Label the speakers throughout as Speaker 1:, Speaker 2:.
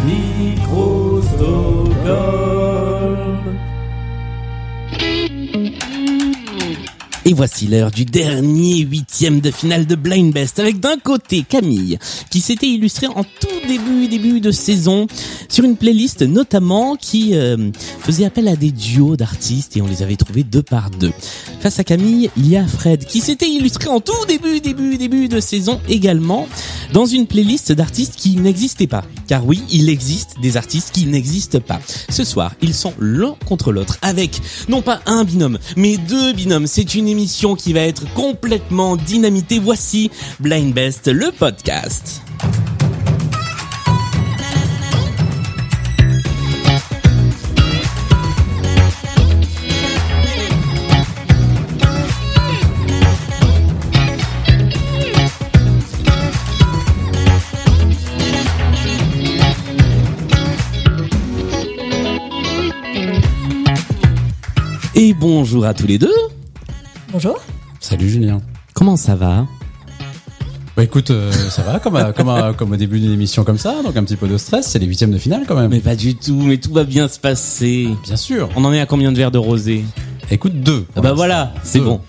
Speaker 1: Micro Stockholm.
Speaker 2: Et voici l'heure du dernier huitième de finale de Blind Best avec d'un côté Camille qui s'était illustrée en tout début début de saison sur une playlist notamment qui euh, faisait appel à des duos d'artistes et on les avait trouvés deux par deux. Face à Camille, il y a Fred qui s'était illustré en tout début début début de saison également dans une playlist d'artistes qui n'existaient pas. Car oui, il existe des artistes qui n'existent pas. Ce soir, ils sont l'un contre l'autre avec non pas un binôme, mais deux binômes. C'est une émission qui va être complètement dynamitée. Voici Blind Best, le podcast. Et bonjour à tous les deux.
Speaker 3: Bonjour.
Speaker 4: Salut Julien.
Speaker 2: Comment ça va
Speaker 4: Bah écoute, euh, ça va comme, à- comme, à- comme au début d'une émission comme ça, donc un petit peu de stress, c'est les huitièmes de finale quand même.
Speaker 2: Mais pas du tout, mais tout va bien se passer.
Speaker 4: bien sûr.
Speaker 2: On en est à combien de verres de rosé
Speaker 4: Écoute deux.
Speaker 2: Ah Bah voilà, c'est
Speaker 4: Deux.
Speaker 2: bon.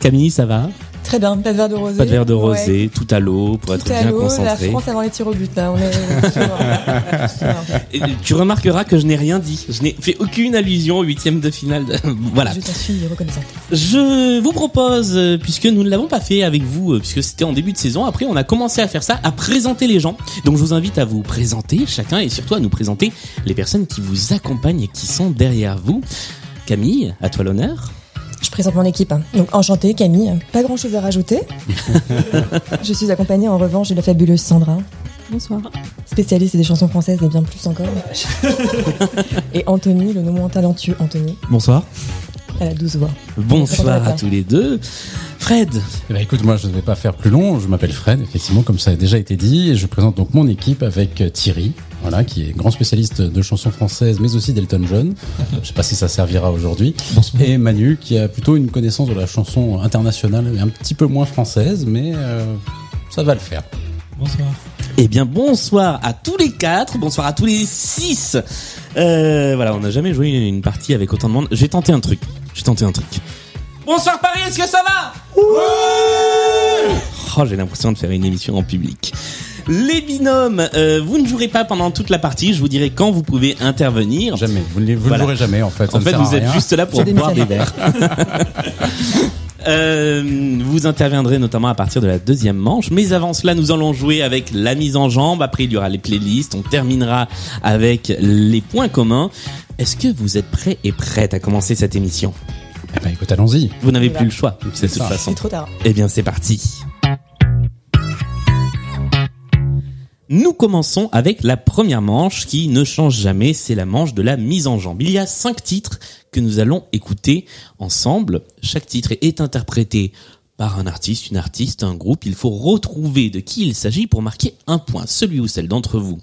Speaker 2: Camille, ça va
Speaker 3: Très bien, pas de verre de rosé.
Speaker 2: Pas de verre de
Speaker 3: Ouais.
Speaker 2: rosé, tout à l'eau pour
Speaker 3: Tout
Speaker 2: être
Speaker 3: à
Speaker 2: bien
Speaker 3: l'eau, la
Speaker 2: concentré.
Speaker 3: France avant les tirs au but, là. On est... c'est bon. C'est bon.
Speaker 2: Et tu remarqueras que je n'ai rien dit. Je n'ai fait aucune allusion au huitième de finale. de- voilà.
Speaker 3: Je t'en suis reconnaissante.
Speaker 2: Je vous propose, euh, puisque nous ne l'avons pas fait avec vous, euh, puisque c'était en début de saison, après on a commencé à faire ça, à présenter les gens. Donc je vous invite à vous présenter chacun et surtout à nous présenter les personnes qui vous accompagnent et qui sont derrière vous. Camille, à toi l'honneur.
Speaker 3: Je présente mon équipe. hein. Donc, enchantée, Camille. Pas grand chose à rajouter. je suis accompagnée en revanche de la fabuleuse Sandra.
Speaker 5: Bonsoir.
Speaker 3: Spécialiste des chansons françaises et bien plus encore. et Anthony, le non moins talentueux Anthony.
Speaker 6: Bonsoir.
Speaker 3: Elle a 12 voix.
Speaker 2: Bonsoir à tous les deux. Fred,
Speaker 4: Eh Bah écoute, moi je ne vais pas faire plus long, je m'appelle Fred, effectivement, comme ça a déjà été dit, et je présente donc mon équipe avec euh, Thierry, voilà, qui est grand spécialiste de chansons françaises, mais aussi d'Elton John. Je sais pas si ça servira aujourd'hui. Et Manu, qui a plutôt une connaissance de la chanson internationale, un petit peu moins française, mais euh, ça va le faire.
Speaker 6: Bonsoir.
Speaker 2: Eh bien, bonsoir à tous les quatre, bonsoir à tous les six. Euh, voilà, on n'a jamais joué une, une partie avec autant de monde. J'ai tenté un truc. J'ai tenté un truc. Bonsoir Paris, est-ce que ça va Ouais Oh, j'ai l'impression de faire une émission en public. Les binômes, euh, vous ne jouerez pas pendant toute la partie. Je vous dirai quand vous pouvez intervenir.
Speaker 4: Jamais. Vous ne vous
Speaker 2: Voilà.
Speaker 4: le jouerez jamais, en fait. ça
Speaker 2: En
Speaker 4: ne
Speaker 2: fait,
Speaker 4: sert à
Speaker 2: vous êtes
Speaker 4: rien.
Speaker 2: juste là pour
Speaker 3: J'ai
Speaker 2: boire des
Speaker 3: démissionné.
Speaker 2: verres. Euh, vous interviendrez notamment à partir de la deuxième manche. Mais avant cela, nous allons jouer avec la mise en jambe. Après, il y aura les playlists. On terminera avec les points communs. Est-ce que vous êtes prêts et prêtes à commencer cette émission
Speaker 4: Eh ben, écoute, allons-y.
Speaker 2: Vous n'avez
Speaker 3: Voilà.
Speaker 2: plus le choix, de toute
Speaker 4: ça.
Speaker 2: façon.
Speaker 3: C'est trop tard.
Speaker 2: Eh bien, c'est parti. Nous commençons avec la première manche qui ne change jamais, c'est la manche de la mise en jambe. Il y a cinq titres que nous allons écouter ensemble. Chaque titre est interprété par un artiste, une artiste, un groupe. Il faut retrouver de qui il s'agit pour marquer un point. Celui ou celle d'entre vous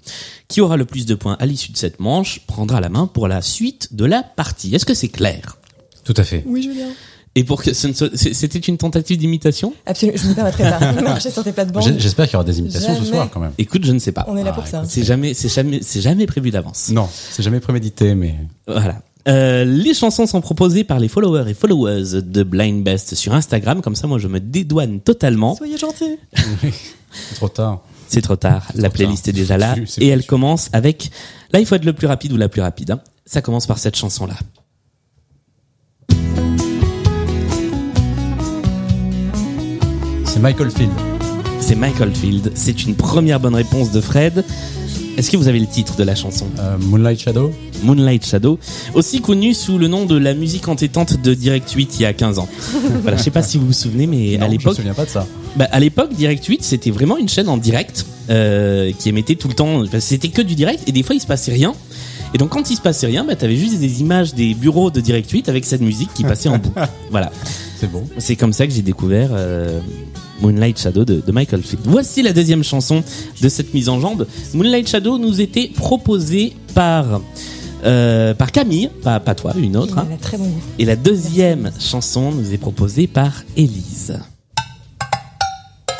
Speaker 2: qui aura le plus de points à l'issue de cette manche prendra la main pour la suite de la partie. Est-ce que c'est clair
Speaker 4: Tout à fait.
Speaker 3: Oui, Julien.
Speaker 2: Et pour que ce ne soit- c'était une tentative d'imitation
Speaker 3: Absolument. Je ne permettrai pas. Marcher sur tes
Speaker 4: J'ai-
Speaker 3: plates-bandes.
Speaker 4: J'espère qu'il y aura des imitations ce
Speaker 3: Jamais.
Speaker 4: soir, quand même.
Speaker 2: Écoute, je ne sais pas.
Speaker 3: On est là
Speaker 4: Ah,
Speaker 3: pour ça.
Speaker 2: C'est jamais, c'est jamais, c'est jamais prévu d'avance.
Speaker 4: Non, c'est jamais prémédité, mais
Speaker 2: Voilà. Euh, les chansons sont proposées par les followers et followers de Blind Best sur Instagram. Comme ça, moi, je me dédouane totalement.
Speaker 3: Soyez gentils.
Speaker 4: c'est trop tard.
Speaker 2: C'est trop tard. La
Speaker 4: trop
Speaker 2: playlist
Speaker 4: tard.
Speaker 2: est déjà
Speaker 4: C'est
Speaker 2: là.
Speaker 4: foutu, c'est
Speaker 2: Et elle
Speaker 4: foutu.
Speaker 2: commence avec, là, il faut être le plus rapide ou la plus rapide. hein. Ça commence par cette chanson-là.
Speaker 4: C'est Michael Field.
Speaker 2: C'est Michael Field. C'est une première bonne réponse de Fred. Est-ce que vous avez le titre de la chanson
Speaker 4: Euh, Moonlight Shadow.
Speaker 2: Moonlight Shadow, aussi connu sous le nom de la musique entêtante de Direct 8 il y a 15 ans. voilà, je sais pas si vous vous souvenez, mais à
Speaker 4: Non, Je me
Speaker 2: l'époque,
Speaker 4: souviens pas de ça.
Speaker 2: Bah, à l'époque, Direct 8, c'était vraiment une chaîne en direct euh, qui émettait tout le temps. enfin, C'était que du direct et des fois il se passait rien. Et donc quand il se passait rien, bah, t'avais juste des images des bureaux de Direct 8 avec cette musique qui passait en boucle. Voilà.
Speaker 4: C'est bon.
Speaker 2: C'est comme ça que j'ai découvert euh, Moonlight Shadow de, de Michael Field. Voici la deuxième chanson de cette mise en jambe. Moonlight Shadow nous était proposée par euh, par Camille, pas, pas toi, une autre.
Speaker 3: Il
Speaker 2: hein.
Speaker 3: a très bon goût.
Speaker 2: Et la deuxième chanson nous est proposée par Elise.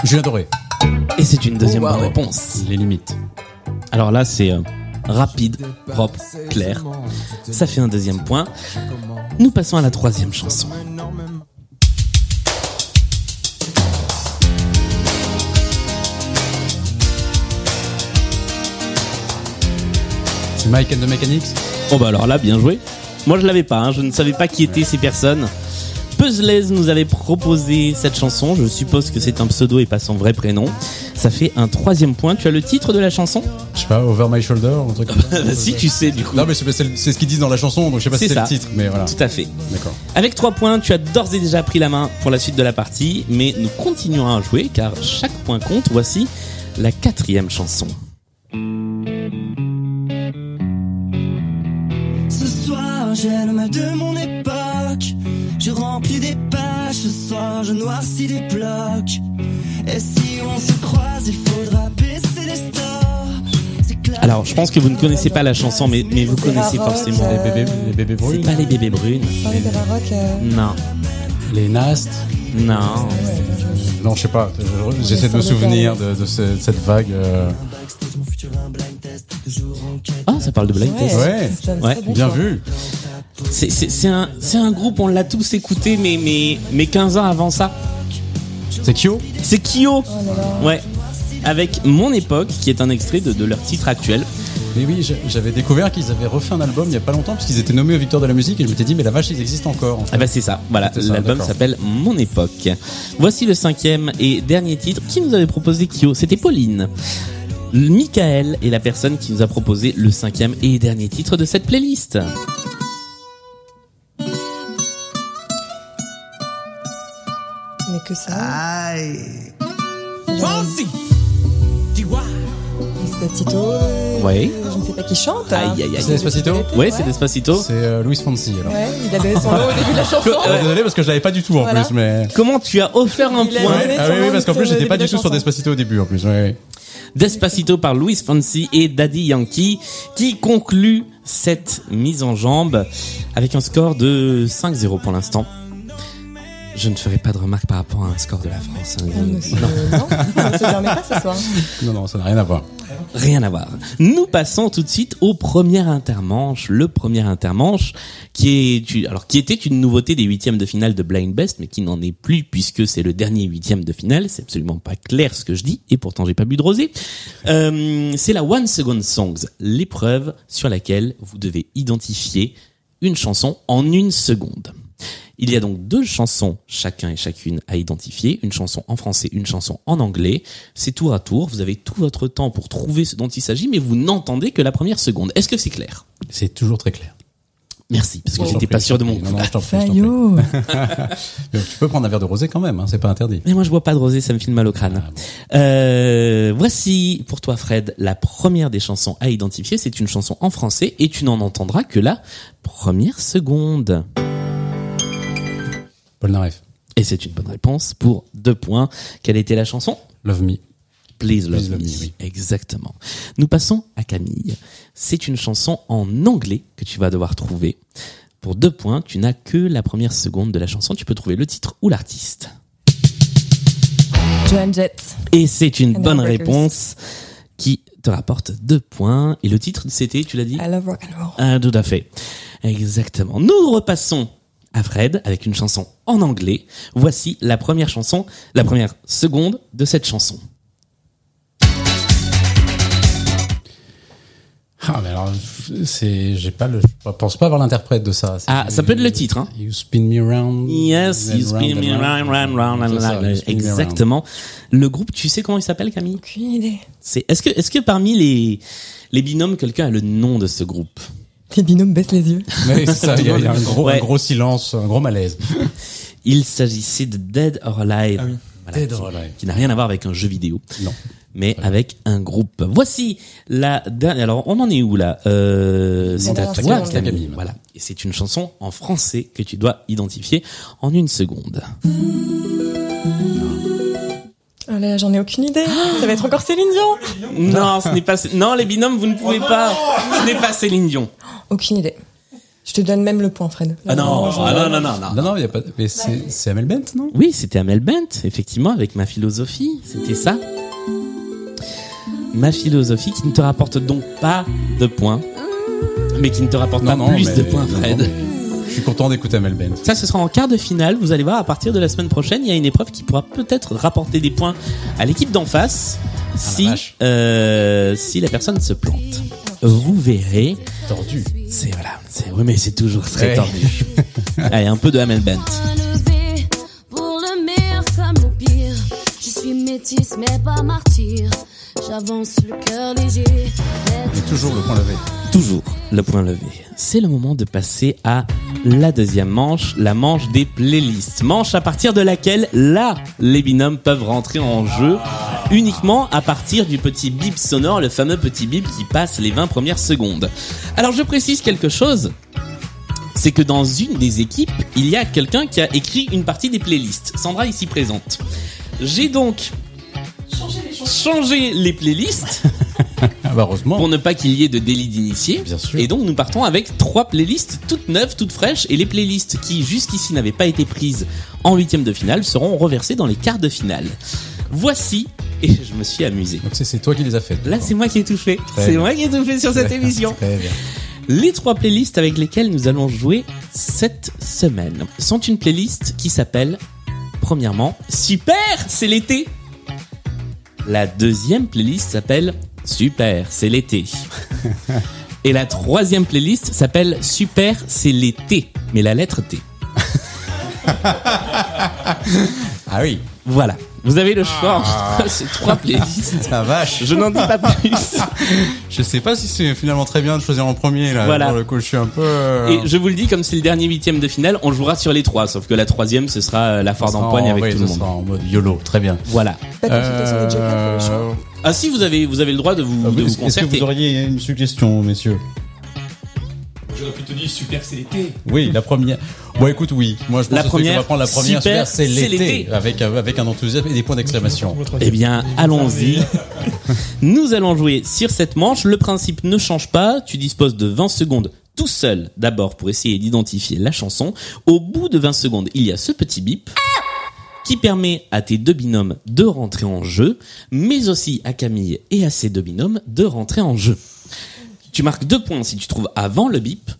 Speaker 4: Julien Doré.
Speaker 2: Et c'est une deuxième
Speaker 4: Oh, wow.
Speaker 2: bonne réponse.
Speaker 4: Les limites.
Speaker 2: Alors là, c'est euh, rapide, propre, clair. Ça fait un deuxième point. Nous passons à la troisième chanson.
Speaker 4: C'est Mike and the Mechanics
Speaker 2: Oh bah alors là, bien joué. Moi je l'avais pas, hein, je ne savais pas qui étaient ces personnes. Puzzles nous avait proposé cette chanson, je suppose que c'est un pseudo et pas son vrai prénom. Ça fait un troisième point, tu as le titre de la chanson
Speaker 4: Je sais pas, Over My Shoulder ou un truc comme ça
Speaker 2: Bah si tu sais du coup.
Speaker 4: Non, mais c'est c'est le- c'est ce qu'ils disent dans la chanson, donc je sais pas si
Speaker 2: C'est
Speaker 4: c'est
Speaker 2: ça.
Speaker 4: le titre, mais voilà.
Speaker 2: Ah, Tout à fait.
Speaker 4: D'accord.
Speaker 2: Avec trois points, tu as d'ores et déjà pris la main pour la suite de la partie, mais nous continuerons à jouer car chaque point compte. Voici la quatrième chanson.
Speaker 1: Ce soir, j'ai le mal de mon époque. Je remplis des pages, ce soir, je noircis des blocs. Et si on se croise, il faudra baisser les stores. C'est clair.
Speaker 2: Alors, je pense que vous ne connaissez pas la chanson, mais, mais vous connaissez forcément.
Speaker 4: Les bébés, les bébés
Speaker 2: C'est
Speaker 4: brunes,
Speaker 2: pas les bébés brunes.
Speaker 3: Parler de la rock, euh,
Speaker 2: Non,
Speaker 4: les nastes.
Speaker 2: non.
Speaker 3: ouais, je-
Speaker 4: Non, je sais pas, je- j'essaie de me
Speaker 3: Ça dépend.
Speaker 4: souvenir de, de ce- cette vague. euh,
Speaker 1: Backstage, mon futur un blind test. Toujours en quête.
Speaker 2: Ah, ça parle de Blind Test.
Speaker 4: Ouais.
Speaker 3: c'est un
Speaker 2: Ouais,
Speaker 3: très bon
Speaker 4: Bien
Speaker 3: choix.
Speaker 4: vu
Speaker 2: C'est- C'est c'est un, c'est un groupe, on l'a tous écouté, mais, mais, mais 15 ans avant ça.
Speaker 4: C'est Kyo
Speaker 2: C'est Kyo
Speaker 3: Oh là là.
Speaker 2: Ouais. Avec Mon Époque, qui est un extrait de, de leur titre actuel.
Speaker 4: Mais oui, j'a- j'avais découvert qu'ils avaient refait un album il y a pas longtemps, parce qu'ils étaient nommés aux Victoires de la Musique, et je m'étais dit, mais la vache, ils existent encore. en fait.
Speaker 2: Ah bah c'est ça, voilà,
Speaker 4: C'est ça,
Speaker 2: l'album
Speaker 4: d'accord.
Speaker 2: s'appelle Mon Époque. Voici le cinquième et dernier titre qui nous avait proposé Kyo, c'était Pauline. Michael est la personne qui nous a proposé le cinquième et dernier titre de cette playlist.
Speaker 3: Mais que ça.
Speaker 1: Aïe.
Speaker 3: Genre, Despacito. euh,
Speaker 2: Ouais.
Speaker 3: Je ne sais pas qui chante.
Speaker 2: Aïe,
Speaker 3: hein.
Speaker 2: aïe, aïe.
Speaker 4: C'est Despacito
Speaker 2: Ouais, c'est Despacito.
Speaker 4: C'est euh, Louis Fonsi, alors.
Speaker 3: Ouais, il a donné son nom au début de la chanson.
Speaker 4: Ah, Désolé, parce que je l'avais pas du tout, en
Speaker 3: Voilà.
Speaker 4: plus, mais...
Speaker 2: Comment tu as offert un
Speaker 3: Il a
Speaker 2: point
Speaker 3: donné
Speaker 4: Ah
Speaker 3: son
Speaker 4: oui,
Speaker 3: nom
Speaker 4: oui, parce qu'en
Speaker 3: au
Speaker 4: plus, j'étais
Speaker 3: début
Speaker 4: pas du
Speaker 3: de la
Speaker 4: tout sur
Speaker 3: chanson.
Speaker 4: Despacito au début, en plus, ouais, ouais.
Speaker 2: Despacito par Louis Fancy et Daddy Yankee qui conclut cette mise en jambe avec un score de 5-0 pour l'instant. Je ne ferai pas de remarque par rapport à un score de la France. hein.
Speaker 3: Ah, monsieur, Non, on ne se permet pas ce soir.
Speaker 4: Non, non, ça n'a rien à voir.
Speaker 2: Rien à voir. Nous passons tout de suite au premier intermanche, le premier intermanche qui est tu- alors qui était une nouveauté des huitièmes de finale de Blind Best, mais qui n'en est plus puisque c'est le dernier huitième de finale. C'est absolument pas clair ce que je dis et pourtant j'ai pas bu de rosé. Euh, c'est la One Second Songs, l'épreuve sur laquelle vous devez identifier une chanson en une seconde. Il y a donc deux chansons chacun et chacune à identifier, une chanson en français, une chanson en anglais. C'est tour à tour, vous avez tout votre temps pour trouver ce dont il s'agit, mais vous n'entendez que la première seconde. Est-ce que c'est clair
Speaker 4: C'est toujours très clair.
Speaker 2: Merci, parce que
Speaker 4: Je t'en
Speaker 2: j'étais
Speaker 4: prie,
Speaker 2: pas
Speaker 4: je
Speaker 2: sûr de
Speaker 4: t'en
Speaker 2: mon
Speaker 4: prie.
Speaker 2: coup.
Speaker 4: Non, non, je t'en prie, je t'en prie.
Speaker 3: Fayot.
Speaker 4: Mais Tu peux prendre un verre de rosé quand même, hein, c'est pas interdit.
Speaker 2: Mais moi je bois pas de rosé, ça me file mal au crâne. Euh, voici pour toi Fred la première des chansons à identifier. C'est une chanson en français et tu n'en entendras que la première seconde.
Speaker 4: Paul Naref,
Speaker 2: Et c'est une bonne réponse pour deux points. Quelle était la chanson
Speaker 4: Love Me.
Speaker 2: Please Love,
Speaker 4: Please Love
Speaker 2: Me.
Speaker 4: Me, oui.
Speaker 2: Exactement. Nous passons à Camille. C'est une chanson en anglais que tu vas devoir trouver. Pour deux points, tu n'as que la première seconde de la chanson. Tu peux trouver le titre ou l'artiste.
Speaker 3: Joan Jett.
Speaker 2: Et c'est une
Speaker 3: And
Speaker 2: bonne
Speaker 3: Heartbreakers.
Speaker 2: réponse qui te rapporte deux points. Et le titre, c'était, tu l'as dit
Speaker 3: I love rock and roll.
Speaker 2: Ah, tout à fait. Exactement. Nous repassons à Fred avec une chanson en anglais. Voici la première chanson, la première seconde de cette chanson.
Speaker 4: Ah, mais alors, c'est, j'ai pas le, je pense pas avoir l'interprète de ça. C'est-
Speaker 2: Ah, ça peut être le titre, hein.
Speaker 4: You spin me round.
Speaker 2: Yes,
Speaker 4: and
Speaker 2: you spin
Speaker 4: round
Speaker 2: me
Speaker 4: and
Speaker 2: round, round, round,
Speaker 4: C'est
Speaker 2: round,
Speaker 4: ça,
Speaker 2: round.
Speaker 4: you spin me round.
Speaker 2: Exactement. Le groupe, tu sais comment il s'appelle, Camille
Speaker 3: Aucune idée.
Speaker 2: C'est. Est-ce que, est-ce que parmi les les binômes, quelqu'un a le nom de ce groupe
Speaker 3: Les binômes baissent les yeux.
Speaker 4: Mais c'est ça, il y a, il y a un, gros,
Speaker 2: Ouais.
Speaker 4: un gros silence, un gros malaise.
Speaker 2: Il s'agissait de Dead or Alive. Voilà,
Speaker 4: Ah Dead
Speaker 2: qui-
Speaker 4: or Alive.
Speaker 2: Qui n'a rien à voir avec un jeu vidéo.
Speaker 4: Non.
Speaker 2: Mais avec un groupe. Voici la dernière. Alors, on en est où là euh, C'est à
Speaker 3: dernière
Speaker 2: toi,
Speaker 4: seconde.
Speaker 2: Camille. Voilà. Et c'est une chanson en français que tu dois identifier en une seconde.
Speaker 3: Oh là là, j'en ai aucune idée. Ça va être encore Céline Dion.
Speaker 2: Non, ce n'est pas. Non, les binômes, vous ne pouvez
Speaker 4: Oh,
Speaker 2: pas. Ce n'est pas Céline Dion.
Speaker 3: Aucune idée. Je te donne même le point, Fred.
Speaker 2: Ah non,
Speaker 3: je-
Speaker 2: ah non, non, non, non.
Speaker 4: Non, non, il y a pas, mais c'est, c'est Amel Bent, non?
Speaker 2: Oui, c'était Amel Bent, effectivement, avec ma philosophie, c'était ça. ma philosophie qui ne te rapporte donc pas de points, mais qui ne te rapporte pas plus
Speaker 4: mais-
Speaker 2: de points,
Speaker 4: non,
Speaker 2: Fred.
Speaker 4: non, mais Je suis content d'écouter Amel Bent.
Speaker 2: Ça, ce sera en quart de finale. Vous allez voir, à partir de la semaine prochaine, il y a une épreuve qui pourra peut-être rapporter des points à l'équipe d'en face si,
Speaker 4: Ah, vache.
Speaker 2: euh, si la personne se plante. Vous verrez.
Speaker 4: Tordu.
Speaker 2: C'est voilà. C'est oui, mais c'est toujours très
Speaker 4: Ouais.
Speaker 2: tordu. allez, un peu de Hamel Bent.
Speaker 5: Enlevé Pour le meilleur comme le pire, je suis métisse mais pas martyr. J'avance le cœur léger.
Speaker 4: Et toujours le point levé.
Speaker 2: Toujours le point levé. C'est le moment de passer à la deuxième manche, la manche des playlists. Manche à partir de laquelle, là, les binômes peuvent rentrer en jeu uniquement à partir du petit bip sonore, le fameux petit bip qui passe les 20 premières secondes. Alors je précise quelque chose, c'est que dans une des équipes, il y a quelqu'un qui a écrit une partie des playlists. Sandra ici présente. J'ai donc changé les playlists
Speaker 4: Ah bah heureusement.
Speaker 2: pour ne pas qu'il y ait de délit d'initié.
Speaker 4: Bien sûr.
Speaker 2: Et donc nous partons avec trois playlists toutes neuves, toutes fraîches, et les playlists qui jusqu'ici n'avaient pas été prises en huitième de finale seront reversées dans les quarts de finale. Voici, et je me suis amusé.
Speaker 4: Donc c'est- c'est toi qui les as fait.
Speaker 2: Là c'est moi qui ai tout fait.
Speaker 4: Très
Speaker 2: C'est
Speaker 4: bien.
Speaker 2: moi qui ai tout fait sur cette émission.
Speaker 4: Très bien.
Speaker 2: Les trois playlists avec lesquelles nous allons jouer cette semaine sont une playlist qui s'appelle, premièrement, Super, c'est l'été. La deuxième playlist s'appelle Super, c'est l'été. Et la troisième playlist s'appelle Super, c'est l'été, mais la lettre T.
Speaker 4: Ah oui.
Speaker 2: Voilà. Vous avez le choix entre ces trois playlists.
Speaker 4: La vache.
Speaker 2: Je n'en dis pas plus.
Speaker 4: Je sais pas si c'est finalement très bien de choisir en premier là.
Speaker 2: Voilà.
Speaker 4: Pour le coup, je suis un peu. euh,
Speaker 2: Et je vous le dis, comme c'est le dernier huitième de finale, on jouera sur les trois, sauf que la troisième, ce sera euh, la Ford
Speaker 4: ça sera
Speaker 2: en poigne
Speaker 4: en-
Speaker 2: avec
Speaker 4: oui,
Speaker 2: tout le
Speaker 4: ça
Speaker 2: monde.
Speaker 4: sera En mode YOLO, très bien.
Speaker 2: Voilà.
Speaker 3: Pas de consultation des jokers pour le choix.
Speaker 4: Euh,
Speaker 2: Ah si, vous avez, vous avez le droit de vous,
Speaker 6: Ah
Speaker 2: de vous
Speaker 6: Est-ce est-ce que
Speaker 2: concerter.
Speaker 6: vous auriez une suggestion, messieurs
Speaker 7: J'aurais plutôt dit super, c'est l'été.
Speaker 4: Oui, la première. Bon, écoute, oui. Moi, je pense
Speaker 2: La
Speaker 4: que celui
Speaker 2: première,
Speaker 4: qui va prendre la première,
Speaker 2: super,
Speaker 4: super, c'est
Speaker 2: c'est
Speaker 4: l'été,
Speaker 2: l'été.
Speaker 4: avec euh, avec un enthousiasme et des points d'exclamation.
Speaker 2: Eh bien, allons-y. Nous allons jouer sur cette manche. Le principe ne change pas. Tu disposes de 20 secondes tout seul d'abord pour essayer d'identifier la chanson. Au bout de 20 secondes, il y a ce petit bip qui permet à tes deux binômes de rentrer en jeu, mais aussi à Camille et à ses deux binômes de rentrer en jeu. Tu marques deux points si tu trouves avant le bip.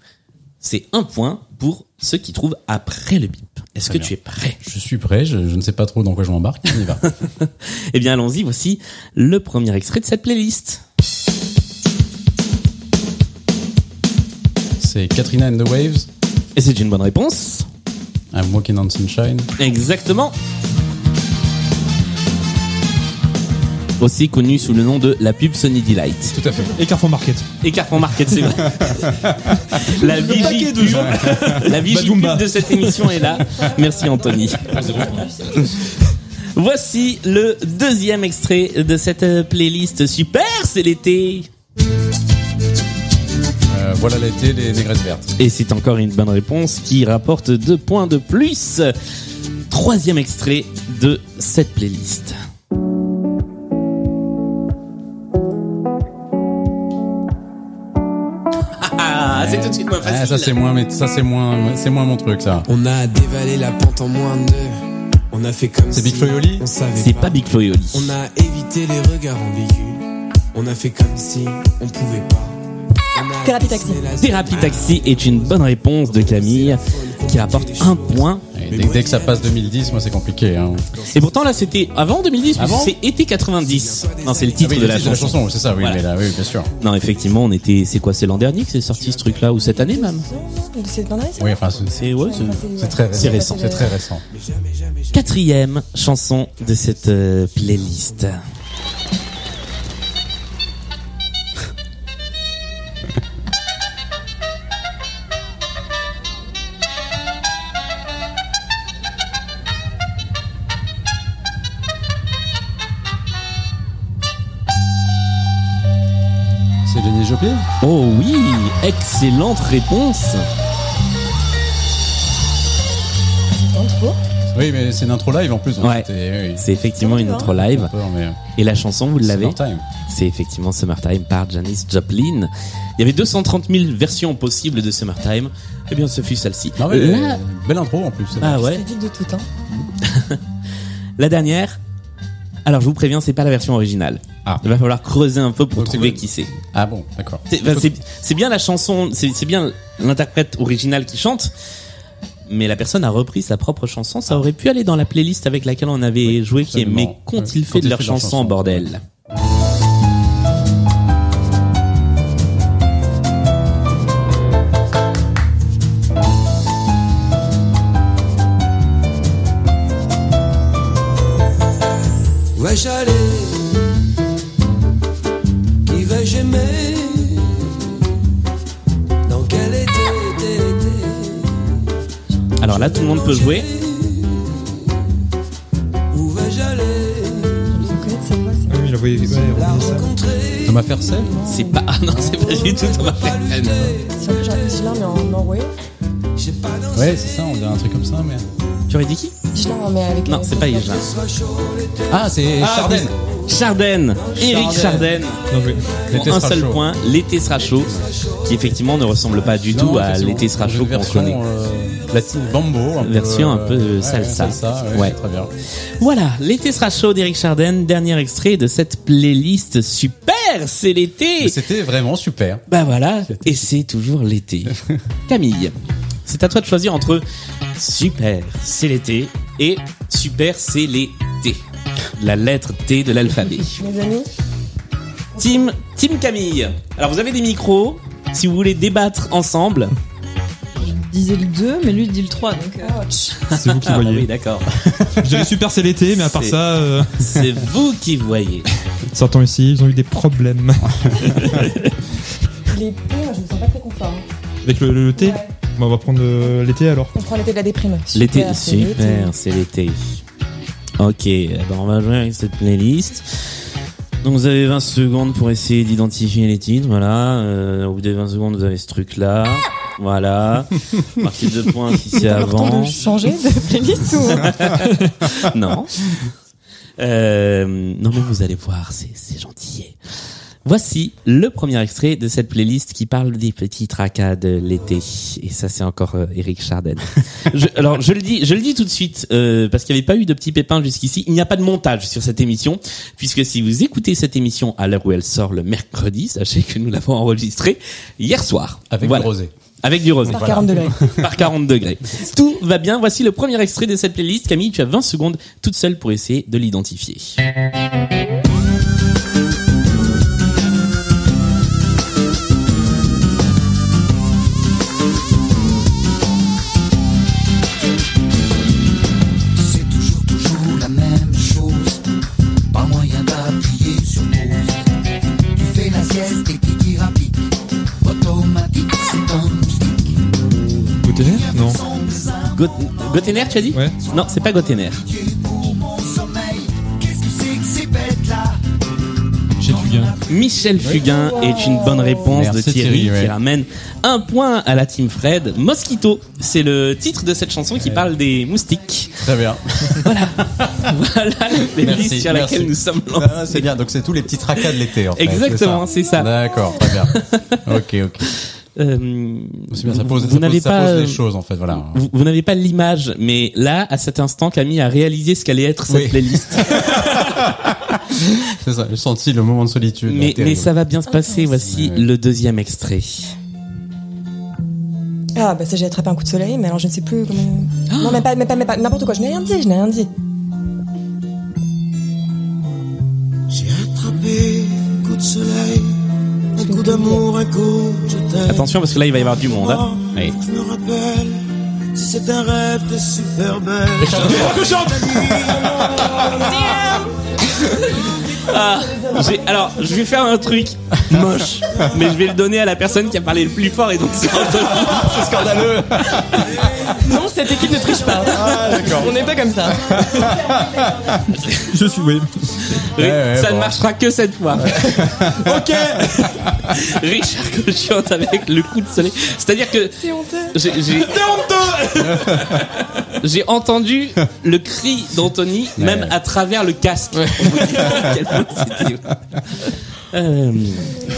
Speaker 2: C'est un point pour ceux qui trouvent après le bip. Est-ce que
Speaker 4: bien.
Speaker 2: tu es prêt
Speaker 4: Je suis prêt. Je, je ne sais pas trop dans quoi je m'embarque. On y va.
Speaker 2: Eh bien, allons-y, voici le premier extrait de cette playlist.
Speaker 4: c'est Katrina and the Waves.
Speaker 2: Et c'est une bonne réponse.
Speaker 4: I'm Walking on Sunshine.
Speaker 2: Exactement. Aussi connu sous le nom de la pub Sony Delight.
Speaker 4: Tout à fait.
Speaker 8: Et Carrefour Market.
Speaker 2: Et Carrefour Market, c'est vrai. la vigie, pub, la vigie
Speaker 8: Badoumba.
Speaker 2: pub de cette émission est là. Merci Anthony. Voici le deuxième extrait de cette euh, playlist. Super, c'est l'été.
Speaker 4: Euh, voilà l'été, les négresses vertes.
Speaker 2: Et c'est encore une bonne réponse qui rapporte deux points de plus. Troisième extrait de cette playlist. Ah, c'est tout de suite moins facile.
Speaker 4: Ah, ça c'est moins, mais ça c'est moins, c'est moins mon truc ça.
Speaker 9: On a dévalé la pente en moins de deux. On a fait comme
Speaker 4: C'est
Speaker 9: si
Speaker 4: Big Flo et Oli
Speaker 9: on savait
Speaker 2: c'est pas Big Flo et Oli.
Speaker 9: On a évité les regards ambigus. On a fait comme si on pouvait pas. On a
Speaker 3: Thérapie Taxi.
Speaker 9: dessiné la-
Speaker 2: Thérapie Taxi est une bonne réponse de Camille qui rapporte un point.
Speaker 4: Et dès, dès que ça passe 2010, moi c'est compliqué. Hein.
Speaker 2: Et pourtant là c'était avant 2010, puisque
Speaker 4: Avant
Speaker 2: c'est été 90. Non, c'est le
Speaker 4: Ah
Speaker 2: titre
Speaker 4: oui,
Speaker 2: de
Speaker 4: le
Speaker 2: la
Speaker 4: titre
Speaker 2: chanson.
Speaker 4: c'est ça. Oui,
Speaker 2: Voilà.
Speaker 4: mais là, oui, bien sûr.
Speaker 2: Non, effectivement, on était. C'est quoi C'est l'an dernier que c'est sorti ce truc-là ou cette année même
Speaker 3: C'est dans la liste
Speaker 4: Oui, enfin, c'est-
Speaker 2: C'est ouais, c'est-
Speaker 4: c'est très
Speaker 2: C'est
Speaker 4: récent.
Speaker 2: récent.
Speaker 4: C'est très récent.
Speaker 2: Quatrième chanson de cette euh, playlist.
Speaker 4: C'est Denis Joplin.
Speaker 2: Oh oui, excellente réponse.
Speaker 3: Dans euh, trop.
Speaker 4: Oui, mais c'est une intro live en plus. donc
Speaker 2: Ouais.
Speaker 4: c'était- oui.
Speaker 2: C'est effectivement une intro live.
Speaker 4: Peur, mais-
Speaker 2: Et la chanson, vous l'avez
Speaker 4: Summertime.
Speaker 2: C'est effectivement Summertime par Janis Joplin. Il y avait 230 000 versions possibles de Summertime. Eh bien, ce fut celle-ci.
Speaker 4: Non, mais
Speaker 2: La-
Speaker 4: euh, belle intro en plus. c'est
Speaker 2: Ah
Speaker 4: bien.
Speaker 2: ouais.
Speaker 3: C'est dit de tout, hein.
Speaker 2: La dernière. Alors, je vous préviens, c'est pas la version originale.
Speaker 4: Ah.
Speaker 2: Il va falloir creuser un peu pour
Speaker 4: Donc,
Speaker 2: trouver
Speaker 4: c'est-
Speaker 2: qui c'est.
Speaker 4: Ah bon, d'accord.
Speaker 2: C'est ben, c'est- c'est bien la chanson, c'est c'est bien l'interprète original qui chante, mais la personne a repris sa propre chanson. Ça aurait pu aller dans la playlist avec laquelle on avait joué, qui est
Speaker 4: Ah. absolument.
Speaker 2: Mais qu'ont-ils
Speaker 4: Ouais,
Speaker 2: fait de leurs chansons, bordel
Speaker 9: Où ai-je allé Qui vais-je aimer Dans quel été, été, été
Speaker 2: Alors là, tout le monde peut jouer.
Speaker 9: Où vais-je aller
Speaker 3: Je connais cette voix, c'est-
Speaker 8: Ah oui, il avait ouais,
Speaker 9: La
Speaker 8: remis ça.
Speaker 9: rencontrer
Speaker 4: Ça m'a faire celle
Speaker 2: C'est pas, ah non, c'est pas du tout Thomas Fersen.
Speaker 3: C'est un peu genre Ghislain, mais en Norway.
Speaker 9: J'ai pas dansé
Speaker 4: Ouais, c'est ça, on dirait un truc comme ça, mais.
Speaker 2: Tu aurais dit qui
Speaker 3: Ghislain, mais avec.
Speaker 2: Non,
Speaker 3: les-
Speaker 2: c'est pas Yves Jarre.
Speaker 4: Ah, c'est Chardin
Speaker 2: Charden, Eric Charden.
Speaker 8: Non, mais...
Speaker 2: Pour un seul point, l'été sera chaud, qui effectivement ne ressemble pas du tout à l'été sera chaud qu'on
Speaker 4: version,
Speaker 2: connaît.
Speaker 4: euh, latine bambo. Un peu,
Speaker 2: Version un
Speaker 4: euh,
Speaker 2: peu, euh,
Speaker 4: ouais,
Speaker 2: salsa.
Speaker 4: ouais,
Speaker 2: Ouais.
Speaker 4: Très bien.
Speaker 2: Voilà, l'été sera chaud d'Eric Charden, dernier extrait de cette playlist super, c'est
Speaker 4: Mais
Speaker 2: l'été.
Speaker 4: C'était vraiment super.
Speaker 2: Bah voilà, et c'est toujours l'été. Camille, c'est à toi de choisir entre super, c'est l'été et super, c'est l'été. La lettre T de l'alphabet.
Speaker 3: Mes amis,
Speaker 2: Team, team Camille. Alors vous avez des micros, si vous voulez débattre ensemble.
Speaker 10: disais le 2, mais lui dit le 3. Donc, euh,
Speaker 8: C'est vous qui
Speaker 2: Ah bah oui,
Speaker 8: voyez.
Speaker 2: d'accord.
Speaker 8: Je dirais super, c'est l'été, mais à part
Speaker 2: C'est-
Speaker 8: ça, euh,
Speaker 2: C'est vous qui voyez.
Speaker 8: sortant ici, ils ont eu des problèmes.
Speaker 3: l'été, moi, je me sens pas très confort. hein.
Speaker 8: Avec le, le thé
Speaker 3: Ouais.
Speaker 8: Bon, on va prendre euh, l'été alors.
Speaker 3: On prend l'été de la déprime.
Speaker 2: L'été,
Speaker 3: c'est l'été.
Speaker 2: super, c'est l'été. Ok, eh ben on va jouer avec cette playlist. Donc vous avez 20 secondes pour essayer d'identifier les titres, voilà. Euh, au bout des 20 secondes, vous avez ce truc-là. Voilà. Marquez deux points si c'est
Speaker 3: T'as le temps
Speaker 2: avant.
Speaker 3: de changer de playlist ou
Speaker 2: Non. Euh, non mais vous allez voir, c'est c'est gentil. Voici le premier extrait de cette playlist qui parle des petits tracas de l'été. Et ça, c'est encore euh, Eric Charden. Je- alors, je le dis, je le dis tout de suite, euh, parce qu'il n'y avait pas eu de petits pépins jusqu'ici. Il n'y a pas de montage sur cette émission, puisque si vous écoutez cette émission à l'heure où elle sort le mercredi, sachez que nous l'avons enregistrée hier soir.
Speaker 4: Avec
Speaker 2: Voilà.
Speaker 4: le rosé.
Speaker 2: Avec du rosé
Speaker 3: par 40 degrés
Speaker 2: par 40 degrés. Tout va bien. Voici le premier extrait de cette playlist. Camille, tu as 20 secondes toute seule pour essayer de l'identifier.
Speaker 1: C'est toujours, toujours la même chose. Pas moyen d'appuyer sur pause. Tu fais la sieste et qui tira pique. Automatique, c'est un moustique.
Speaker 8: Gotener Non.
Speaker 2: Got- Gotener, tu as dit
Speaker 8: Ouais.
Speaker 2: Non, c'est pas Gotener.
Speaker 1: Tu es pour mon sommeil. Qu'est-ce que c'est que ces bêtes là?
Speaker 8: J'ai du gain.
Speaker 2: Michel Fugain est une bonne réponse de
Speaker 4: Merci,
Speaker 2: Thierry,
Speaker 4: Thierry, ouais.
Speaker 2: qui ramène un point à la team Fred. Mosquito, c'est le titre de cette chanson qui parle des moustiques.
Speaker 4: Très bien.
Speaker 2: Voilà la playlist
Speaker 4: Merci,
Speaker 2: sur laquelle
Speaker 4: merci.
Speaker 2: nous sommes lancés.
Speaker 4: Ah, c'est bien, donc c'est tous les petits tracas de l'été. En fait,
Speaker 2: Exactement, c'est ça.
Speaker 4: D'accord, très bien. ok, ok.
Speaker 2: Euh,
Speaker 4: C'est bien, ça
Speaker 2: vous-
Speaker 4: pose,
Speaker 2: vous
Speaker 4: ça pose-
Speaker 2: n'avez
Speaker 4: ça
Speaker 2: pas,
Speaker 4: pose
Speaker 2: euh,
Speaker 4: des choses en fait. Voilà.
Speaker 2: Vous, vous n'avez pas l'image, mais là, à cet instant, Camille a réalisé ce qu'allait être cette
Speaker 4: Oui.
Speaker 2: playlist.
Speaker 4: C'est ça, j'ai senti le moment de solitude. là,
Speaker 2: mais, mais
Speaker 4: terrible.
Speaker 2: ça va bien se passer. Voici
Speaker 4: Ouais.
Speaker 2: le deuxième extrait.
Speaker 3: Ah bah ça j'ai attrapé un coup de soleil, mais alors je ne sais plus comment... Non mais pas, mais pas, mais pas, n'importe quoi, je n'ai rien dit, je n'ai rien dit.
Speaker 1: J'ai attrapé un coup de soleil, un coup d'amour, un coup je t'aime.
Speaker 2: Attention, parce que là, il va y avoir du monde. hein. Oui.
Speaker 1: Oh, Je me rappelle, si c'est un rêve de super belle.
Speaker 2: Ah, j'ai- alors, je vais faire un truc moche, mais je vais le donner à la personne qui a parlé le plus fort et donc c'est Anthony.
Speaker 4: C'est scandaleux. Ah,
Speaker 3: Non, cette équipe ne triche pas. On n'est pas comme ça.
Speaker 8: Je suis, oui.
Speaker 2: Oui,
Speaker 4: Ouais, Eh ouais,
Speaker 2: ça ne
Speaker 4: bon.
Speaker 2: marchera que cette fois. ok. Richard Cochiotte avec le coup de soleil. C'est-à-dire que
Speaker 3: C'est honteux.
Speaker 2: J'ai- J'ai J'ai entendu le cri d'Anthony, même à travers le casque. Quel point c'était. Euh,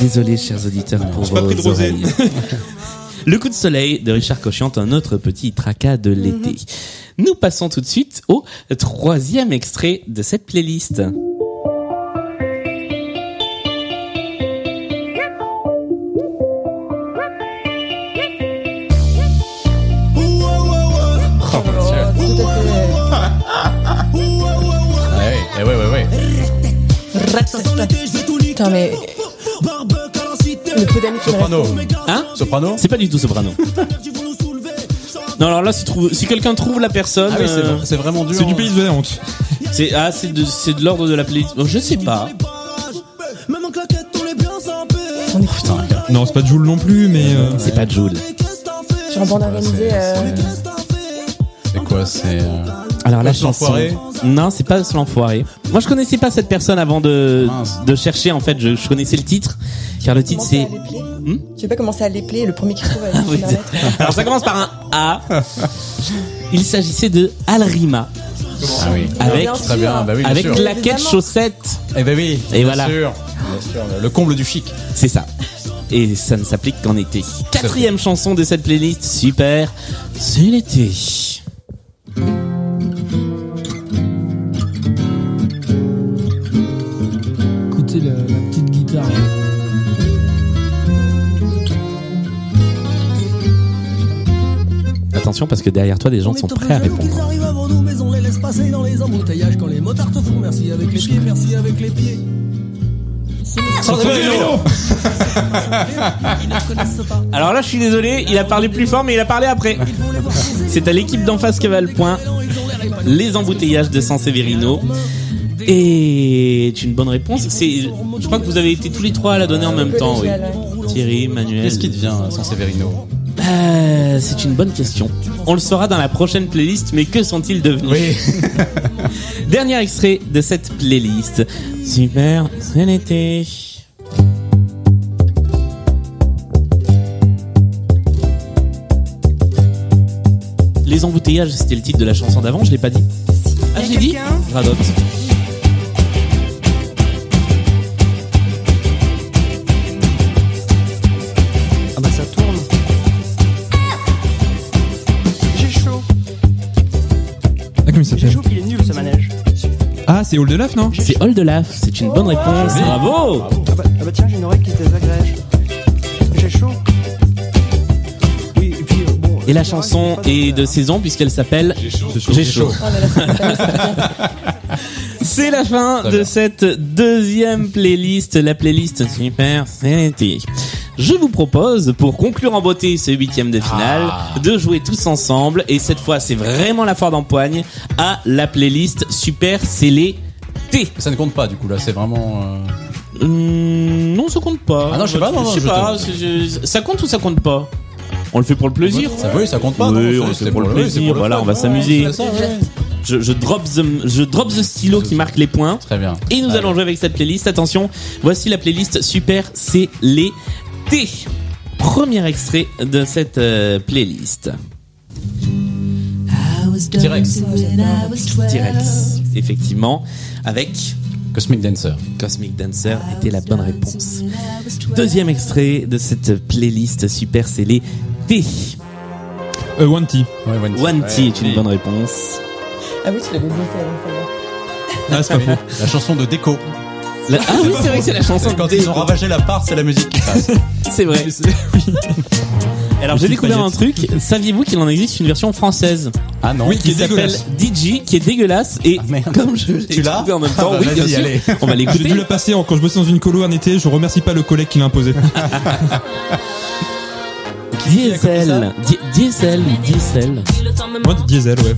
Speaker 2: désolé, chers auditeurs, pour
Speaker 8: j'ai pas pris de
Speaker 2: vos
Speaker 8: rosé.
Speaker 2: oreilles. Le coup de soleil de Richard Cochiant, un autre petit tracas de l'été. Nous passons tout de suite au troisième extrait de cette playlist.
Speaker 4: Eh
Speaker 3: Putain, mais. Le peu d'amis qu'il reste.
Speaker 4: Soprano.
Speaker 2: Hein
Speaker 4: Soprano
Speaker 2: C'est pas du tout soprano. non, alors là, si, trouve- si quelqu'un trouve la personne.
Speaker 4: Ah oui, c'est
Speaker 2: euh,
Speaker 4: vrai- c'est vraiment dur.
Speaker 8: C'est du pays de la honte.
Speaker 2: C'est ah, c'est de, c'est de l'ordre de la playlist. Oh, Je sais pas.
Speaker 3: On est putain.
Speaker 8: Non, c'est pas Joule non plus, mais. euh,
Speaker 2: C'est pas Joule.
Speaker 3: Je suis en bande organisée. euh,
Speaker 4: C'est quoi C'est. euh,
Speaker 2: Alors la
Speaker 4: Sur
Speaker 2: chanson.
Speaker 4: l'enfoiré
Speaker 2: Non, c'est pas sur l'enfoiré. Moi, je connaissais pas cette personne avant de,
Speaker 4: Mince.
Speaker 2: de chercher. En fait, je, je connaissais le titre, car le titre c'est.
Speaker 3: commencer à l'épeler.
Speaker 2: Hmm
Speaker 3: Tu veux pas commencer à l'épeler le premier qui trouve à
Speaker 2: Ah oui. Alors ça commence par un A. Il s'agissait de Alrima
Speaker 4: Ah oui.
Speaker 2: avec
Speaker 4: Très bien, bah oui, bien
Speaker 2: avec
Speaker 4: sûr.
Speaker 2: claquette
Speaker 3: Évidemment.
Speaker 2: chaussette.
Speaker 4: Eh ben oui.
Speaker 2: Et
Speaker 4: bien
Speaker 2: voilà.
Speaker 4: sûr. Bien sûr, le- Le comble du chic.
Speaker 2: C'est ça. Et ça ne s'applique qu'en été. Quatrième chanson de cette playlist, super. C'est l'été.
Speaker 11: Écoutez la, la petite guitare.
Speaker 2: Attention parce que derrière toi, des gens sont prêts à répondre.
Speaker 11: Ils arrivent avant nous, mais on les laisse passer dans les embouteillages quand les motards te font merci avec les pieds, merci avec les pieds. Ils ne connaissent pas.
Speaker 2: Alors là, je suis désolé, il a parlé plus fort, mais il a parlé après. C'est à l'équipe d'en face que va le point. Les embouteillages de San Severino. Et c'est une bonne réponse. C'est, je crois que vous avez été tous les trois à la donner en même temps. Oui. Thierry, Manuel.
Speaker 4: Qu'est-ce qui devient euh, sans Severino
Speaker 2: Euh, c'est une bonne question. On le saura dans la prochaine playlist, mais que sont-ils devenus Dernier extrait de cette playlist. Super, c'est l'été. Les embouteillages, c'était le titre de la chanson d'avant, je l'ai pas dit. Ah, je l'ai dit Je radote.
Speaker 11: Ah bah ça tourne.
Speaker 12: J'ai chaud.
Speaker 8: Ah, comment il s'appelle
Speaker 12: chaud qu'il est nul ce manège.
Speaker 8: Ah, c'est Old Love, non
Speaker 2: C'est Old Love, c'est une bonne réponse.
Speaker 8: Joli.
Speaker 2: Bravo
Speaker 12: Ah bah, ah bah tiens, j'ai une oreille qui se désagrège. J'ai chaud. Oui, et puis euh, bon.
Speaker 2: Et la chanson est de saison puisqu'elle s'appelle J'ai chaud. C'est la fin
Speaker 4: Très
Speaker 2: de
Speaker 4: bien.
Speaker 2: cette deuxième playlist, la playlist Super Sanity. Je vous propose, pour conclure en beauté ce huitième de finale,
Speaker 4: Ah.
Speaker 2: de jouer tous ensemble, et cette fois c'est vraiment la foire d'empoigne, à la playlist Super Scellé T.
Speaker 4: Ça ne compte pas du coup là, c'est vraiment. euh,
Speaker 2: Hum, non, ça compte pas.
Speaker 4: Ah non, je sais pas, non, non,
Speaker 2: je sais
Speaker 4: je
Speaker 2: pas,
Speaker 4: te-
Speaker 2: c'est- je- ça compte ou ça compte pas On le fait pour le plaisir
Speaker 4: Ça, oui, ça compte pas.
Speaker 2: Oui,
Speaker 4: non,
Speaker 2: on le
Speaker 4: c'est-
Speaker 2: fait
Speaker 4: c'est
Speaker 2: pour le
Speaker 4: oui, c'est
Speaker 2: plaisir, voilà,
Speaker 4: fun.
Speaker 2: on va s'amuser.
Speaker 4: c'est ça, ouais.
Speaker 2: Je, je, drop the, je drop the stylo qui marque les points.
Speaker 4: Très bien.
Speaker 2: Et nous
Speaker 4: Allez.
Speaker 2: allons jouer avec cette playlist. Attention, voici la playlist Super C les T. Premier extrait de cette euh, playlist.
Speaker 4: T-Rex.
Speaker 2: T-Rex, effectivement, avec
Speaker 4: Cosmic Dancer.
Speaker 2: Cosmic Dancer était la bonne réponse. Deuxième extrait de cette playlist Super C les T.
Speaker 8: Euh, One T.
Speaker 4: Ouais, One,
Speaker 2: One T est une
Speaker 4: T.
Speaker 2: bonne réponse.
Speaker 3: Ah oui, tu l'avais bossé avant ça.
Speaker 8: Ah, c'est pas faux.
Speaker 4: La chanson de Déco.
Speaker 2: La- Ah oui, c'est vrai que c'est la chanson
Speaker 4: Quand
Speaker 2: de
Speaker 4: ils ont ravagé la part, c'est la musique qui passe.
Speaker 2: C'est vrai. Alors j'ai découvert un truc. Saviez-vous qu'il en existe une version française
Speaker 4: Ah non.
Speaker 8: Oui, qui est
Speaker 2: s'appelle
Speaker 8: dégueulasse.
Speaker 2: DJ, qui est dégueulasse et
Speaker 4: Ah, merde.
Speaker 2: comme je l'ai
Speaker 4: Tu l'as
Speaker 2: trouvé en même
Speaker 4: Ah
Speaker 2: temps,
Speaker 4: bah,
Speaker 2: oui, bien
Speaker 4: vas-y,
Speaker 2: sûr,
Speaker 4: allez.
Speaker 2: on va
Speaker 8: J'ai dû
Speaker 2: l'écouter.
Speaker 8: la passer en- quand je bossais dans une colo un été, je remercie pas le collègue qui l'a imposé.
Speaker 2: Diesel, Di- Diesel, Diesel.
Speaker 8: Moi, Diesel, ouais.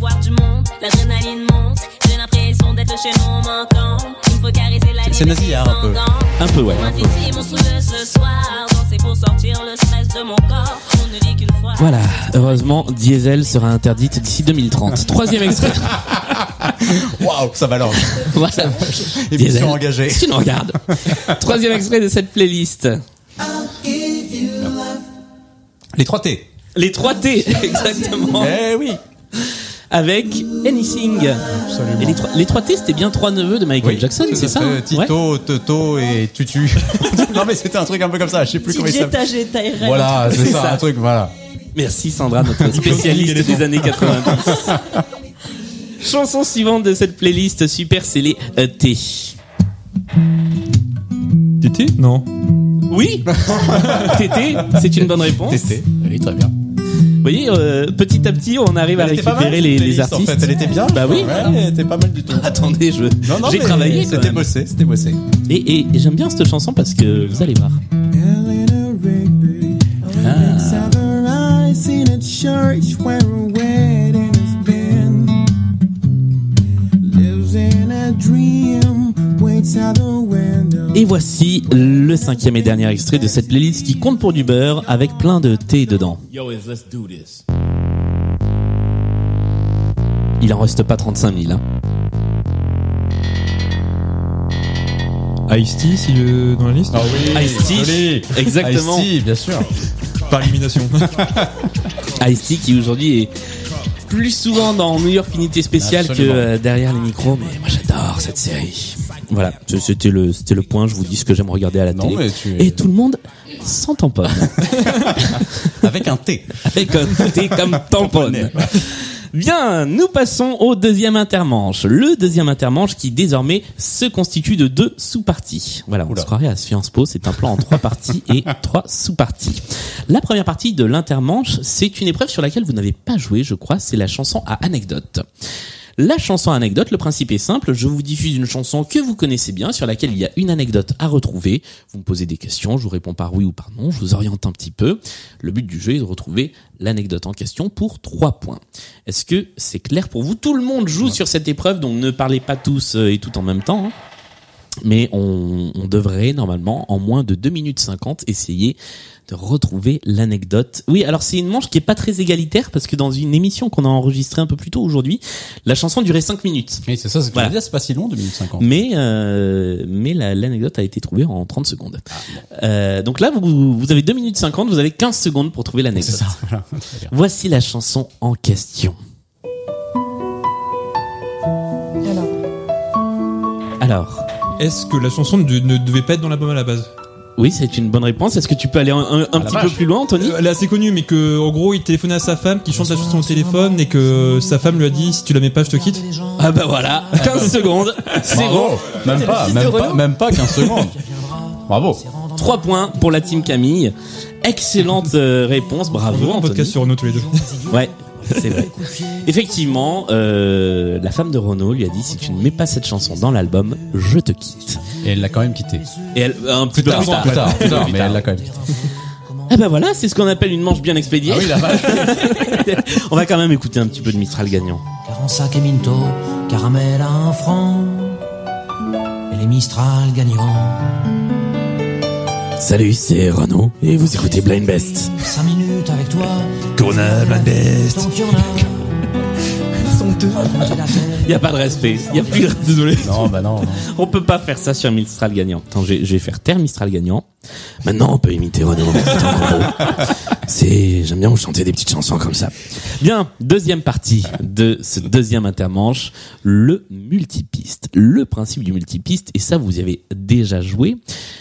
Speaker 4: C'est- C'est nasillard un peu.
Speaker 2: Un peu ouais. Voilà. Heureusement, Diesel sera interdite d'ici 2030. Troisième extrait.
Speaker 4: Waouh, ça balance.
Speaker 2: voilà. Diesel.
Speaker 4: Émission engagée.
Speaker 2: Si tu nous regardes. Troisième extrait de cette playlist.
Speaker 4: Les 3 T.
Speaker 2: Les 3 T, exactement.
Speaker 4: Eh oui.
Speaker 2: avec Anything. Et les, trois- les trois T, c'était bien trois neveux de Michael
Speaker 4: Oui.
Speaker 2: Jackson,
Speaker 4: Tout à
Speaker 2: c'est ça
Speaker 4: fait.
Speaker 2: hein Ouais.
Speaker 4: Tito, Toto et Tutu. non mais c'était un truc un peu comme ça, je sais plus comment il s'appelle. Voilà, c'est
Speaker 2: C'est
Speaker 4: ça,
Speaker 2: ça.
Speaker 4: un truc, voilà.
Speaker 2: Merci Sandra, notre spécialiste des années 90. Chanson suivante de cette playlist super scellée euh, T.
Speaker 8: Tété Non.
Speaker 2: Oui Tété, c'est une bonne réponse.
Speaker 4: Testé. Oui, Hein très bien.
Speaker 2: Vous voyez, euh, petit à petit, on arrive à
Speaker 6: Elle était pas
Speaker 2: récupérer
Speaker 6: mal,
Speaker 2: les,
Speaker 6: cette
Speaker 2: les
Speaker 6: playlist, en
Speaker 2: artistes.
Speaker 6: fait. Elle était bien,
Speaker 2: Bah oui.
Speaker 6: ouais, elle était pas mal du tout.
Speaker 4: Ah,
Speaker 2: Attendez, je
Speaker 6: non,
Speaker 2: j'ai
Speaker 6: mais
Speaker 2: travaillé.
Speaker 6: c'était bossé, c'était bossé.
Speaker 2: Et, et- et j'aime bien cette chanson parce que vous allez voir.
Speaker 13: Sunrise in a church where a wedding has been. Lives in a dream, waits out the window.
Speaker 2: Et voici le cinquième et dernier extrait de cette playlist qui compte pour du beurre avec plein de thé dedans.
Speaker 14: Yo, is let's do this.
Speaker 2: Il en reste pas 35 000. Hein.
Speaker 8: Ice-T, si le- dans la liste
Speaker 2: Ah oui, Ice-T, joli. exactement. Ice-T,
Speaker 8: bien sûr. Par élimination.
Speaker 2: Ice-T qui aujourd'hui est plus souvent dans New York Unité Spéciale que
Speaker 8: Absolument.
Speaker 2: euh, derrière les micros, mais moi j'adore cette série. Voilà, ce- c'était le, c'était le point, je vous dis ce que j'aime regarder à la
Speaker 4: Non,
Speaker 2: télé.
Speaker 4: mais tu es-
Speaker 2: Et tout le monde s'en tamponne.
Speaker 4: Avec un T.
Speaker 2: Avec un T comme tamponne. Bien, nous passons au deuxième intermanche. Le deuxième intermanche qui désormais se constitue de deux sous-parties. Voilà, on se croirait à Sciences Po, c'est un plan en trois parties et trois sous-parties. La première partie de l'intermanche, c'est une épreuve sur laquelle vous n'avez pas joué, je crois, c'est la chanson à anecdote. La chanson à anecdote, le principe est simple, je vous diffuse une chanson que vous connaissez bien, sur laquelle il y a une anecdote à retrouver. Vous me posez des questions, je vous réponds par oui ou par non, je vous oriente un petit peu. Le but du jeu est de retrouver l'anecdote en question pour trois points. Est-ce que c'est clair pour vous Tout le monde joue sur cette épreuve, donc ne parlez pas tous euh, et tout en même temps. hein. Mais on, on devrait normalement en moins de 2 minutes 50 essayer de retrouver l'anecdote. Oui, alors c'est une manche qui est pas très égalitaire parce que dans une émission qu'on a enregistrée un peu plus tôt aujourd'hui, la chanson durait 5 minutes.
Speaker 4: Oui, c'est ça, c'est que
Speaker 2: Voilà.
Speaker 4: je veux dire, c'est pas si long, 2 minutes 50.
Speaker 2: Mais euh, mais la- l'anecdote a été trouvée en 30 secondes. Euh, donc là vous vous avez 2 minutes 50, vous avez 15 secondes pour trouver l'anecdote. Voici la chanson en question. Alors,
Speaker 8: est-ce que la chanson ne, ne devait pas être dans l'album à la base
Speaker 2: Oui, c'est une bonne réponse. Est-ce que tu peux aller un, un- un petit peu plus loin, Anthony
Speaker 8: Euh, Elle est assez connue, mais que en gros, il téléphonait à sa femme qui chante la chanson au téléphone et que sa femme lui a dit si tu la mets pas, je te quitte.
Speaker 2: Ah bah voilà, 15 secondes, c'est bon.
Speaker 4: Même pas, même pas, même pas 15 secondes.
Speaker 2: Bravo. 3 points pour la team Camille. Excellente euh, réponse, bravo.
Speaker 8: devrait un podcast sur Renault tous les deux.
Speaker 2: Ouais, c'est vrai. Effectivement, euh, la femme de Renault lui a dit si tu ne mets pas cette chanson dans l'album, je te quitte.
Speaker 4: Et elle l'a quand même quitté.
Speaker 2: Et elle, un peu
Speaker 4: Plus tard,
Speaker 2: plus tard,
Speaker 4: plus tard, plus tard, mais elle l'a quand même quitté.
Speaker 2: Ah bah voilà, c'est ce qu'on appelle une manche bien expédiée. On va quand même écouter un petit peu de Mistral gagnant.
Speaker 15: 45 et Minto, caramel à un franc. Et les Mistral gagneront.
Speaker 2: Salut, c'est Renault et vous écoutez Blind Best.
Speaker 15: 5 minutes avec toi.
Speaker 2: Tourne Blind Best.
Speaker 15: Tant qu'il y en a. Sont deux.
Speaker 2: Il y a pas de respect. Il y a plus de désolé. Non, bah non, On peut pas faire ça sur Mistral gagnant. Attends, je vais, je vais faire taire Mistral gagnant. Maintenant, on peut imiter Renaud. Attends, gros. C'est j'aime bien vous chanter des petites chansons comme ça. Bien, deuxième partie de ce deuxième intermanche, le multipiste. Le principe du multipiste et ça vous y avez déjà joué.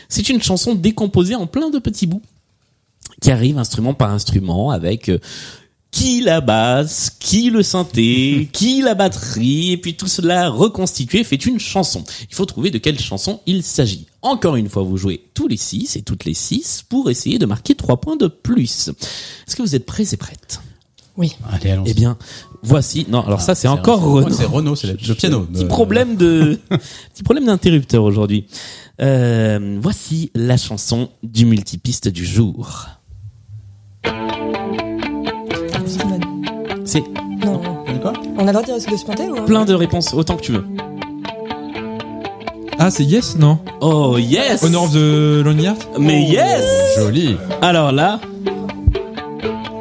Speaker 2: C'est une chanson décomposée en plein de petits bouts qui arrive instrument par instrument avec euh, qui la basse, qui le synthé, qui la batterie, et puis tout cela reconstitué fait une chanson. Il faut trouver de quelle chanson il s'agit. Encore une fois, vous jouez tous les six et toutes les six pour essayer de marquer trois points de plus. Est-ce que vous êtes prêts et prêtes
Speaker 3: Oui.
Speaker 2: Allez, allons Eh bien, voici. Non, alors ça, c'est
Speaker 4: Ah, c'est
Speaker 2: encore
Speaker 4: Renaud.
Speaker 2: Renaud.
Speaker 4: C'est Renaud, c'est le- le piano.
Speaker 2: Petit
Speaker 4: Euh,
Speaker 2: problème de, petit problème d'interrupteur aujourd'hui. Euh, voici la chanson du multipiste du jour. C'est
Speaker 3: Non. On a le droit de de se planter ou hein
Speaker 2: plein de réponses, autant que tu veux.
Speaker 8: Ah, c'est Yes, non
Speaker 2: Oh yes
Speaker 8: Honor of the Lonely Heart
Speaker 2: Mais yes Joli Alors là.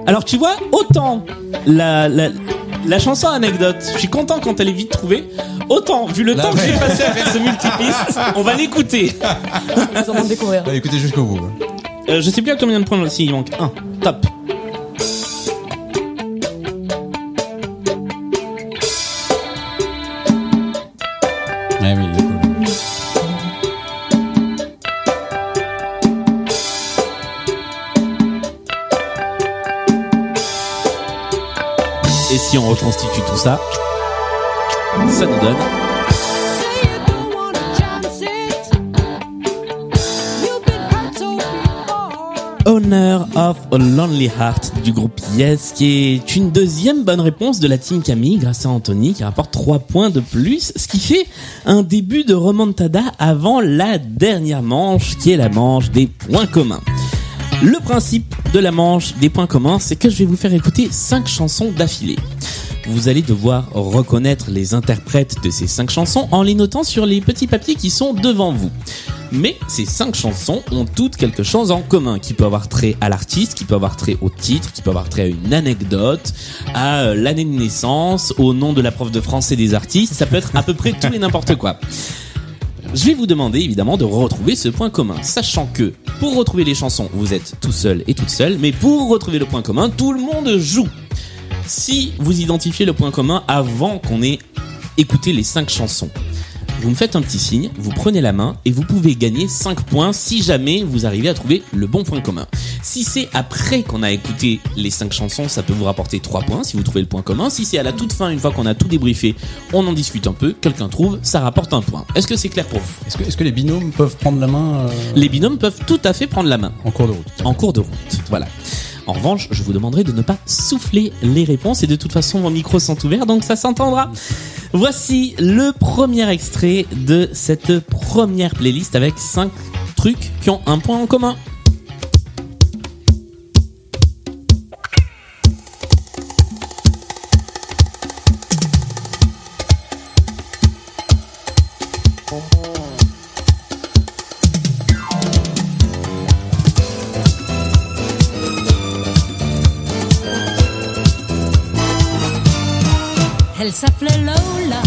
Speaker 2: Alors tu vois, autant la, la, la chanson anecdote, je suis content quand elle est vite trouvée, autant vu le temps que j'ai passé avec ce multipiste, on va l'écouter.
Speaker 3: découvrir.
Speaker 2: Bah, écoutez jusqu'au bout. hein. Euh, je sais plus à combien de points aussi il manque. Un, top.
Speaker 4: Ouais, oui, il est cool.
Speaker 2: Et si on reconstitue tout ça, ça nous donne. Honor of a Lonely Heart du groupe Yes, qui est une deuxième bonne réponse de la team Camille grâce à Anthony qui rapporte 3 points de plus, ce qui fait un début de remontada avant la dernière manche qui est la manche des points communs. Le principe de la manche des points communs, c'est que je vais vous faire écouter 5 chansons d'affilée. Vous allez devoir reconnaître les interprètes de ces 5 chansons en les notant sur les petits papiers qui sont devant vous. Mais ces 5 chansons ont toutes quelque chose en commun qui peut avoir trait à l'artiste, qui peut avoir trait au titre, qui peut avoir trait à une anecdote, à euh, l'année de naissance, au nom de la prof de français des artistes. Ça peut être à peu près tout et n'importe quoi. Je vais vous demander évidemment de retrouver ce point commun, sachant que pour retrouver les chansons, vous êtes tout seul et toute seule, mais pour retrouver le point commun, tout le monde joue. Si vous identifiez le point commun avant qu'on ait écouté les 5 chansons, vous me faites un petit signe, vous prenez la main et vous pouvez gagner 5 points si jamais vous arrivez à trouver le bon point commun. Si c'est après qu'on a écouté les 5 chansons, ça peut vous rapporter 3 points si vous trouvez le point commun. Si c'est à la toute fin, une fois qu'on a tout débriefé, on en discute un peu, quelqu'un trouve, ça rapporte un point. Est-ce que c'est clair pour vous
Speaker 4: Est-ce que, est-ce que les binômes peuvent prendre la main euh,
Speaker 2: les binômes peuvent tout à fait prendre la main.
Speaker 4: En cours de route.
Speaker 2: En cours de route, voilà. En revanche, je vous demanderai de ne pas souffler les réponses et de toute façon, vos micros sont ouverts donc ça s'entendra. Voici le premier extrait de cette première playlist avec 5 trucs qui ont un point en commun.
Speaker 5: Elle s'appelait Lola,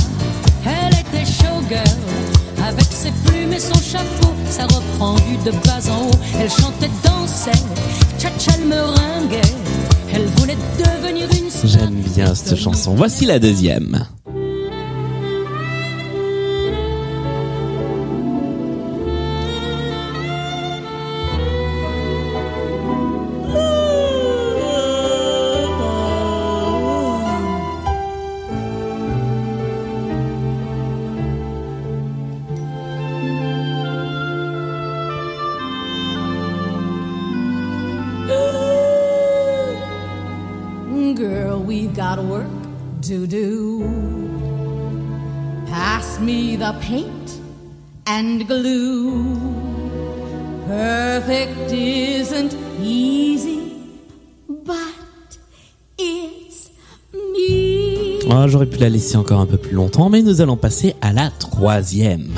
Speaker 5: elle était showgirl. Avec ses plumes et son chapeau, ça reprend vue de bas en haut. Elle chantait, dansait, tcha elle meringuait. Elle voulait devenir une
Speaker 2: J'aime bien cette chanson. Voici la deuxième.
Speaker 5: Girl, we've got work to do. Pass me the paint and glue. Perfect isn't easy, but it's me.
Speaker 2: Ah, J'aurais pu la laisser encore un peu plus longtemps, mais nous allons passer à la troisième.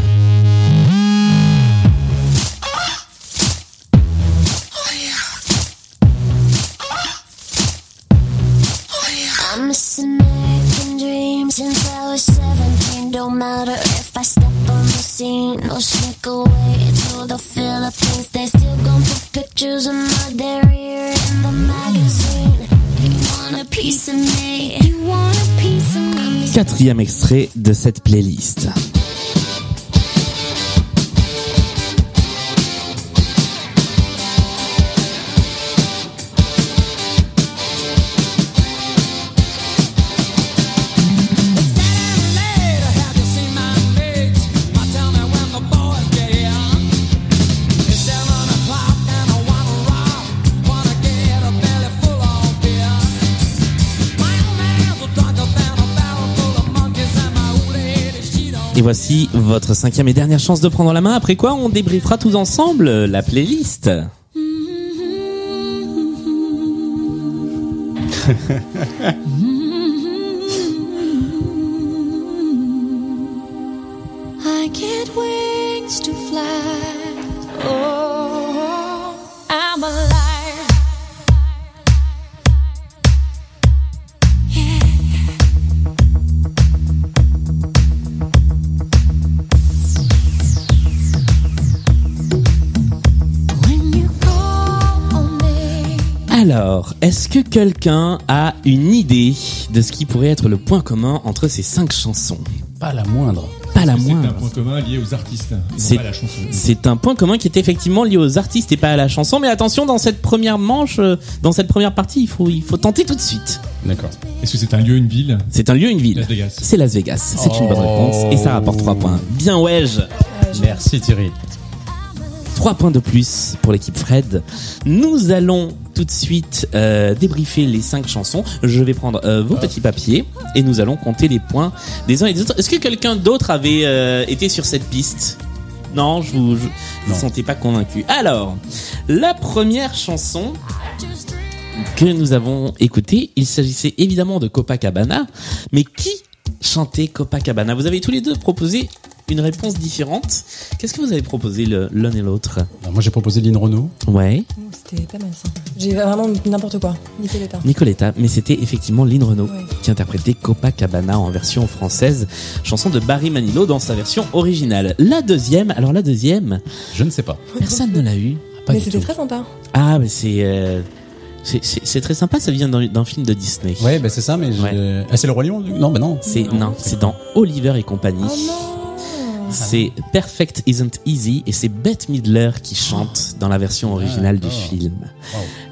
Speaker 14: I'm missing making dreams since I was 17. Don't matter if I step on the scene or sneak away to the Philippines. They still gon' put pictures of my derriere in the magazine. You want a piece of me? You want a piece of me?
Speaker 2: Quatrième extrait de cette playlist. Et voici votre cinquième et dernière chance de prendre la main, après quoi on débriefera tous ensemble euh, la playlist.
Speaker 14: I get wings to fly. Oh, I'm alive.
Speaker 2: Alors, est-ce que quelqu'un a une idée de ce qui pourrait être le point commun entre ces cinq chansons
Speaker 4: Pas la moindre.
Speaker 2: Pas la
Speaker 7: Parce que C'est un
Speaker 2: moindre.
Speaker 7: point commun lié aux artistes. et non
Speaker 2: C'est-
Speaker 7: pas à la chanson.
Speaker 2: C'est un point commun qui est effectivement lié aux artistes et pas à la chanson. Mais attention, dans cette première manche, euh, dans cette première partie, il faut, il faut tenter tout de suite.
Speaker 7: D'accord. Est-ce que c'est un lieu, une ville
Speaker 2: C'est un lieu, une ville.
Speaker 7: Las Vegas.
Speaker 2: C'est Las Vegas. C'est une bonne réponse et ça rapporte 3 points. Bien ouais.
Speaker 4: Merci Thierry.
Speaker 2: 3 points de plus pour l'équipe Fred. Nous allons tout de suite euh, débriefer les 5 chansons. Je vais prendre euh, vos petits papiers et nous allons compter les points des uns et des autres. Est-ce que quelqu'un d'autre avait euh, été sur cette piste Non, je vous, je, je vous sentais pas convaincu. Alors, la première chanson que nous avons écoutée, il s'agissait évidemment de Copacabana, mais qui chantait Copacabana Vous avez tous les deux proposé une réponse différente. Qu'est-ce que vous avez proposé le- l'un et l'autre
Speaker 4: Bah, Moi j'ai proposé Lynn Renault.
Speaker 2: Ouais.
Speaker 3: Oh, C'était pas mal ça. J'ai vraiment n'importe quoi. Nicoletta.
Speaker 2: Nicoletta, mais c'était effectivement Lynn Renault qui interprétait Copacabana en version française, chanson de Barry Manilow dans sa version originale. La deuxième, alors la deuxième,
Speaker 4: je ne sais pas.
Speaker 2: Personne ne l'a eu. Pas
Speaker 3: Mais
Speaker 2: du
Speaker 3: c'était
Speaker 2: tout.
Speaker 3: très sympa.
Speaker 2: Ah, mais c'est euh, c'est- c'est c'est très sympa. Ça vient d'un d'un film de Disney.
Speaker 4: Ouais, bah c'est ça, mais je- ah, c'est le Roi Lion. lui Non, bah non.
Speaker 2: C'est non, c'est dans Oliver et compagnie. c'est Perfect Isn't Easy et c'est Bette Midler qui chante dans la version originale du film.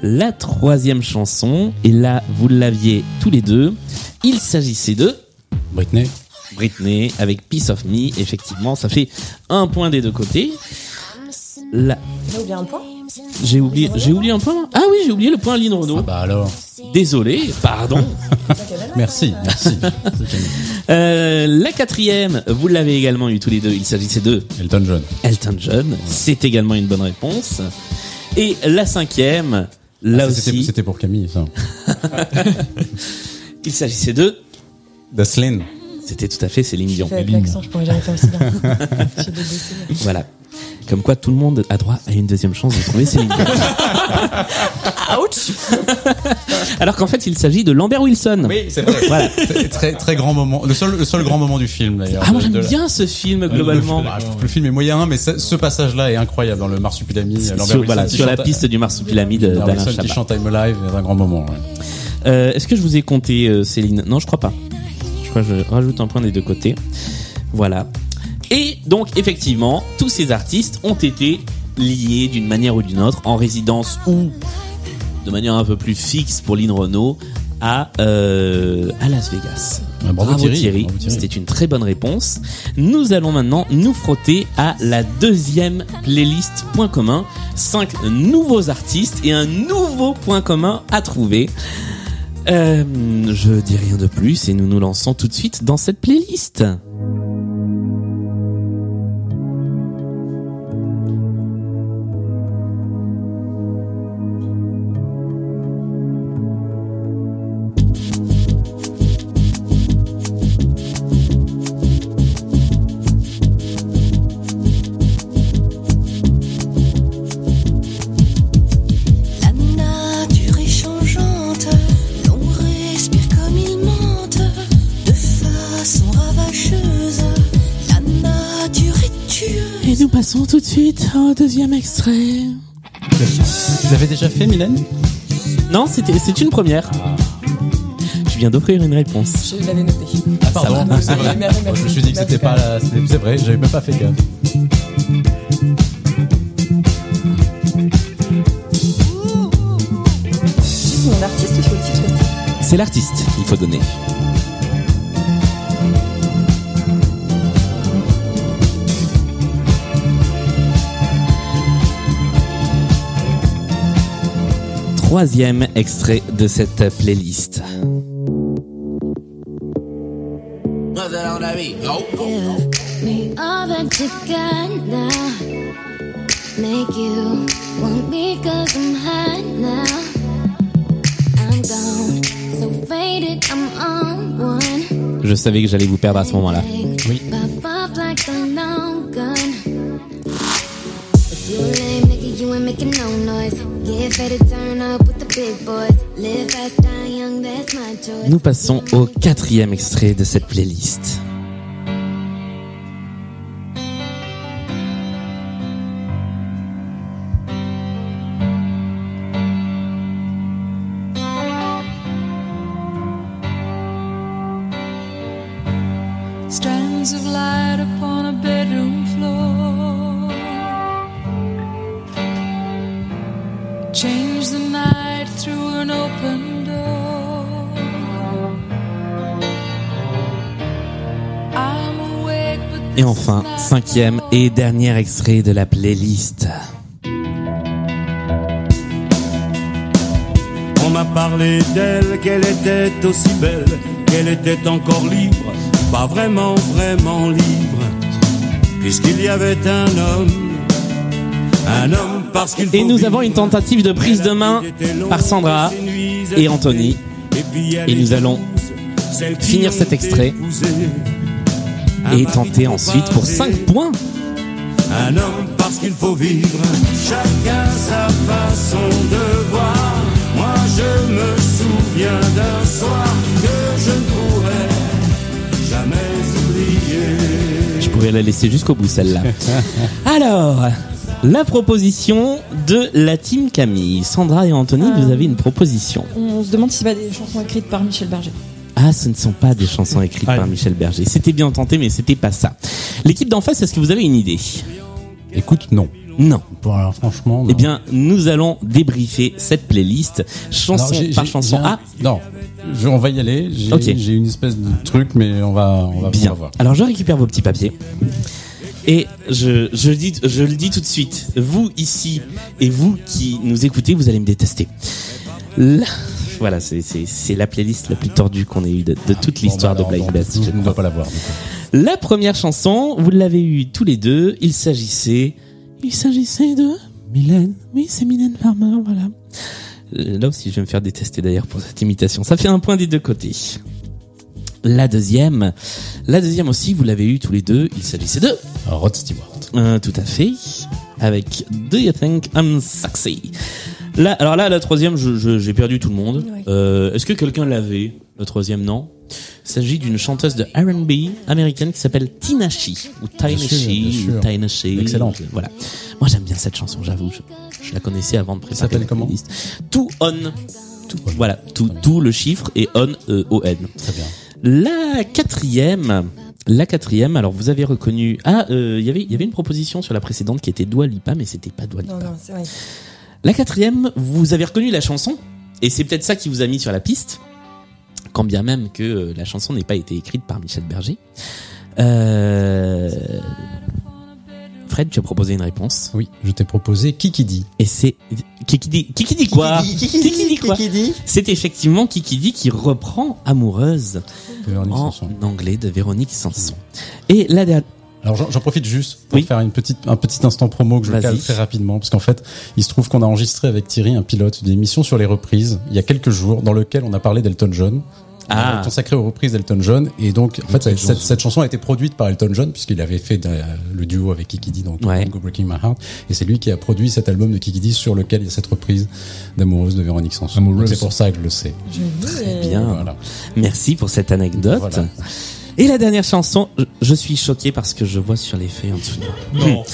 Speaker 2: La troisième chanson, et là vous l'aviez tous les deux, il s'agissait de...
Speaker 4: Britney.
Speaker 2: Britney avec Piece of Me, effectivement, ça fait un point des deux côtés. La...
Speaker 3: J'ai oublié un point.
Speaker 2: J'ai oublié, j'ai oublié un point. moi Ah oui, j'ai oublié le point Lynn Renault. Ah
Speaker 4: bah alors.
Speaker 2: Désolé, pardon.
Speaker 4: merci, merci.
Speaker 2: Euh, la quatrième, vous l'avez également eu tous les deux. Il s'agissait de
Speaker 4: Elton John.
Speaker 2: Elton John, c'est également une bonne réponse. Et la cinquième, là
Speaker 4: Ah, c'était-
Speaker 2: aussi,
Speaker 4: C'était pour Camille, ça.
Speaker 2: il s'agissait de
Speaker 4: The Slane.
Speaker 2: C'était tout à fait Céline Dion.
Speaker 3: Fait avec l'accent, je pourrais jamais faire aussi bien. J'ai des dossiers.
Speaker 2: Voilà. Comme quoi, tout le monde a droit à une deuxième chance de trouver Céline Dion.
Speaker 3: Ouch
Speaker 2: Alors qu'en fait, il s'agit de Lambert Wilson.
Speaker 4: Oui, c'est vrai.
Speaker 2: Voilà.
Speaker 4: C'est Très, très grand moment. Le seul, le seul grand moment du film, d'ailleurs.
Speaker 2: Ah, moi
Speaker 4: De-
Speaker 2: j'aime
Speaker 4: de la-
Speaker 2: bien ce film globalement.
Speaker 4: Le, ah, je trouve que le film est moyen, mais ça- ce passage-là est incroyable dans le Marsupilami.
Speaker 2: Sur-
Speaker 4: Lambert Wilson
Speaker 2: voilà,
Speaker 4: qui
Speaker 2: sur la
Speaker 4: chante-
Speaker 2: piste du marsupilami de-
Speaker 4: Lambert
Speaker 2: d'Alain
Speaker 4: Wilson qui
Speaker 2: Chabat.
Speaker 4: chante I'm Alive est un grand moment. ouais.
Speaker 2: Euh, Est-ce que je vous ai compté euh, Céline Non, je crois pas. Je crois que je rajoute un point des deux côtés. Voilà. Et donc effectivement, tous ces artistes ont été liés d'une manière ou d'une autre en résidence ou de manière un peu plus fixe pour Lynn Renault à euh, à Las Vegas.
Speaker 4: Ah, bravo Thierry, bravo Thierry.
Speaker 2: c'était une très bonne réponse. Nous allons maintenant nous frotter à la deuxième playlist point commun, cinq nouveaux artistes et un nouveau point commun à trouver. Euh, je dis rien de plus et nous nous lançons tout de suite dans cette playlist.
Speaker 16: La nature est changeante, l'on respire comme il monte, de façon ravageuse. La nature est tueuse.
Speaker 2: Et nous passons tout de suite au deuxième extrait.
Speaker 4: Vous l'avez déjà fait, Mylène
Speaker 2: Non, c'était- c'est une première. Je viens d'offrir une réponse.
Speaker 3: Je l'avais noté.
Speaker 4: Ah, pardon,
Speaker 3: Ça va.
Speaker 4: c'est vrai.
Speaker 3: Merci, merci.
Speaker 4: je me suis dit que c'était pas la- C'est c'est vrai, j'avais même pas fait gaffe.
Speaker 3: Juste mon artiste, il faut le titre aussi.
Speaker 2: C'est l'artiste qu'il faut donner. Troisième extrait de cette playlist.
Speaker 14: Me all that you got now. Make you want me cause I'm hot now. I'm gone, so faded, I'm on one.
Speaker 2: Je savais que j'allais vous perdre à ce moment-là.
Speaker 14: Pop off like a long gun. If you a lame nigga, you ain't making no noise. Get ready to turn up with the big boys. Live fast, die young, that's my choice.
Speaker 2: Nous passons au quatrième extrait de cette playlist.
Speaker 5: strands of light upon a bedroom floor. Change the night through an open door. I'm awake, but
Speaker 2: Et enfin, cinquième et dernier extrait de la playlist.
Speaker 17: m'a parlé d'elle, qu'elle était aussi belle, qu'elle était encore libre, pas vraiment, vraiment libre, puisqu'il y avait un homme, un homme parce qu'il
Speaker 2: Et nous avons une tentative de prise de main par Sandra et Anthony. Et nous allons finir cet extrait et tenter ensuite pour 5 points.
Speaker 17: un homme parce qu'il faut vivre. Chacun sa façon de voir. Moi je me souviens d'un soir que je ne pourrai jamais oublier.
Speaker 2: Je pouvais la laisser jusqu'au bout celle-là. Alors, la proposition de la team Camille. Sandra et Anthony, vous avez une proposition.
Speaker 10: Euh, On se demande si c'est pas des chansons écrites par Michel Berger.
Speaker 2: Ah, ce ne sont pas des chansons écrites
Speaker 4: Ah
Speaker 2: par Michel Berger. C'était bien tenté, mais c'était pas ça. L'équipe d'en face, est-ce que vous avez une idée Écoute, non. Non. alors, franchement. Eh bien, nous allons débriefer cette playlist chanson
Speaker 4: Alors, j'ai-
Speaker 2: par
Speaker 4: j'ai-
Speaker 2: chanson.
Speaker 4: j'ai un-
Speaker 2: Ah,
Speaker 4: Non, je- on va y aller. J'ai
Speaker 2: Ok.
Speaker 4: j'ai une espèce de truc, mais on va, on va, on
Speaker 2: Bien.
Speaker 4: va voir.
Speaker 2: Alors je récupère vos petits papiers. Et je, je, le dis, je le dis tout de suite, vous ici et vous qui nous écoutez, vous allez me détester. La- Voilà, c'est- c'est c'est la playlist la plus tordue qu'on ait eue de, de
Speaker 4: Ah,
Speaker 2: toute l'histoire
Speaker 4: bah,
Speaker 2: de Blind Best. Je ne dois pas la voir. La première chanson, vous l'avez eue tous les deux, il s'agissait... Il s'agissait de... Mylène Oui, c'est Mylène Farmer, voilà. Euh, Là aussi, je vais me faire détester d'ailleurs pour cette imitation. Ça fait un point des deux côtés. La deuxième, la deuxième aussi, vous l'avez eu tous les deux, il s'agissait de Rod Stewart. Euh, tout à fait, avec Do You Think I'm Sexy. Là, alors là, la troisième, je- je- j'ai perdu tout le monde. Euh, Est-ce que quelqu'un l'avait La troisième, non. Il s'agit d'une chanteuse de R&B américaine qui s'appelle Tinashi ou
Speaker 4: bien
Speaker 2: Tinashi
Speaker 4: sûr.
Speaker 2: ou Tinashi.
Speaker 4: Excellente.
Speaker 2: Voilà. Moi, j'aime bien cette chanson, j'avoue. Je, je la connaissais avant de préparer.
Speaker 4: s'appelle
Speaker 2: la playlist. Tout on. Voilà, tout, tout le chiffre et on, euh, O-N. Très bien. La quatrième, la quatrième, alors vous avez reconnu, ah, euh, il y avait- il y avait une proposition sur la précédente qui était Dua Lipa, mais c'était pas Dua Lipa.
Speaker 3: Non, non, c'est vrai.
Speaker 2: La quatrième, vous avez reconnu la chanson, et c'est peut-être ça qui vous a mis sur la piste, quand bien même que euh, la chanson n'ait pas été écrite par Michel Berger. Euh, Fred, tu as proposé une réponse. Oui, je t'ai proposé Kikidi. Et c'est Kikidi. Kikidi quoi
Speaker 18: Kikidi,
Speaker 2: Kikidi quoi C'est effectivement Kikidi qui reprend Amoureuse en anglais de Véronique Sanson. Et la dernière.
Speaker 4: Alors j'en- j'en profite juste pour faire une petite, un petit instant promo que je
Speaker 2: Vas-y.
Speaker 4: cale très rapidement, parce qu'en fait, il se trouve qu'on a enregistré avec Thierry un pilote d'une émission sur les reprises il y a quelques jours, dans lequel on a parlé d'Elton John.
Speaker 2: Ah.
Speaker 4: On a Consacré Euh, aux reprises d'Elton John. Et donc, en fait,
Speaker 2: Elton John.
Speaker 4: cette, cette chanson a été produite par Elton John, puisqu'il avait fait euh, le duo avec Kikidi dans
Speaker 2: Ouais.
Speaker 4: Go Breaking My Heart. Et c'est lui qui a produit cet album de Kikidi sur lequel il y a cette reprise d'Amoureuse de Véronique Sanson. Donc, C'est pour ça que je le sais.
Speaker 2: Très bien. Merci pour cette anecdote.
Speaker 4: Voilà.
Speaker 2: Et la dernière chanson, je, je suis choqué parce que je vois sur les feuilles en dessous. de moi.
Speaker 8: Non.
Speaker 2: Hum.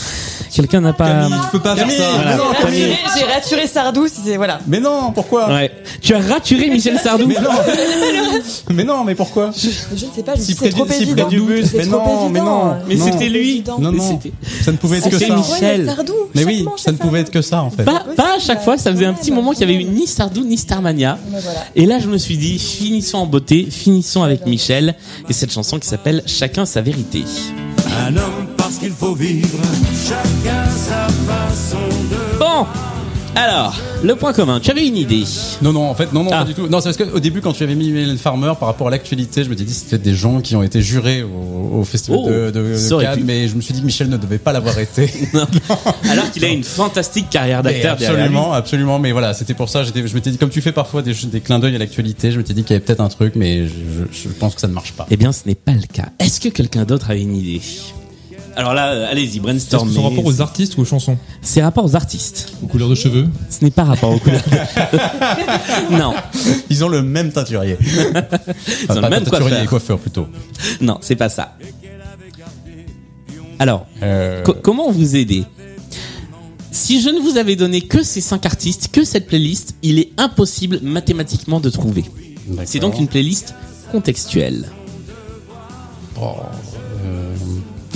Speaker 2: Quelqu'un n'a pas.
Speaker 8: Camille, tu peux pas faire Camille, ça.
Speaker 2: Voilà,
Speaker 8: mais
Speaker 4: Ah
Speaker 8: non,
Speaker 2: Camille.
Speaker 8: Camille.
Speaker 3: J'ai rassuré Sardou, si c'est voilà.
Speaker 4: Mais non, pourquoi
Speaker 2: Ouais. Tu as raturé Michel Sardou.
Speaker 4: Mais non. Mais non, mais pourquoi
Speaker 3: Je ne sais pas, je me
Speaker 4: Si
Speaker 3: dis,
Speaker 4: près
Speaker 3: c'est trop
Speaker 4: du- si
Speaker 3: évident.
Speaker 4: près du bus,
Speaker 3: C'est
Speaker 4: mais
Speaker 3: trop
Speaker 4: non,
Speaker 3: évident.
Speaker 4: mais non.
Speaker 2: Mais
Speaker 4: Non.
Speaker 2: c'était lui.
Speaker 4: Non,
Speaker 2: Mais
Speaker 4: non.
Speaker 2: c'était-
Speaker 4: Ça ne pouvait être que
Speaker 2: C'était
Speaker 4: ça.
Speaker 2: Michel.
Speaker 4: Mais oui, ça ne pouvait être que ça en fait.
Speaker 2: Pas, pas à chaque fois, ça faisait un petit moment qu'il y avait eu ni Sardou ni Starmania. Et là, je me suis dit, finissons en beauté, finissons avec Michel et cette chanson qui s'appelle Chacun sa vérité.
Speaker 17: Un homme parce qu'il faut vivre, chacun sa façon de.
Speaker 2: Bon, alors, le point commun, tu avais une idée
Speaker 4: Non, non, en fait, non, non,
Speaker 2: Ah.
Speaker 4: pas du tout. Non, c'est parce qu'au début, quand tu avais mis Mylène Farmer par rapport à l'actualité, je me suis dit c'était des gens qui ont été jurés au, au festival
Speaker 2: Oh,
Speaker 4: de, de- de
Speaker 2: ça aurait
Speaker 4: Cannes,
Speaker 2: pu.
Speaker 4: mais je me suis dit que Michel ne devait pas l'avoir été.
Speaker 2: Alors qu'il a une fantastique carrière
Speaker 4: Mais
Speaker 2: d'acteur Bah, derrière lui.
Speaker 4: absolument, absolument. Mais voilà, c'était pour ça. j'étais- Je m'étais dit, comme tu fais parfois des, des clins d'œil à l'actualité, je m'étais dit qu'il y avait peut-être un truc, mais je, je- je pense que ça ne marche pas.
Speaker 2: Eh bien, ce n'est pas le cas. Est-ce que quelqu'un d'autre a une idée Alors là, euh, allez-y, brainstorm.
Speaker 7: Est-ce que c'est rapport aux artistes ou aux chansons
Speaker 2: C'est rapport aux artistes.
Speaker 7: Aux couleurs de cheveux
Speaker 2: Ce n'est pas rapport aux couleurs. non.
Speaker 4: Ils ont le même teinturier.
Speaker 2: Ils ont
Speaker 4: Enfin,
Speaker 2: le
Speaker 4: Ah, pas
Speaker 2: même
Speaker 4: teinturier
Speaker 2: coiffeur.
Speaker 4: et coiffeur plutôt.
Speaker 2: Non, c'est pas ça. Alors,
Speaker 4: Euh,
Speaker 2: co- comment vous aider Si je ne vous avais donné que ces cinq artistes, que cette playlist, il est impossible mathématiquement de trouver. C'est donc une playlist contextuelle. Oh, euh,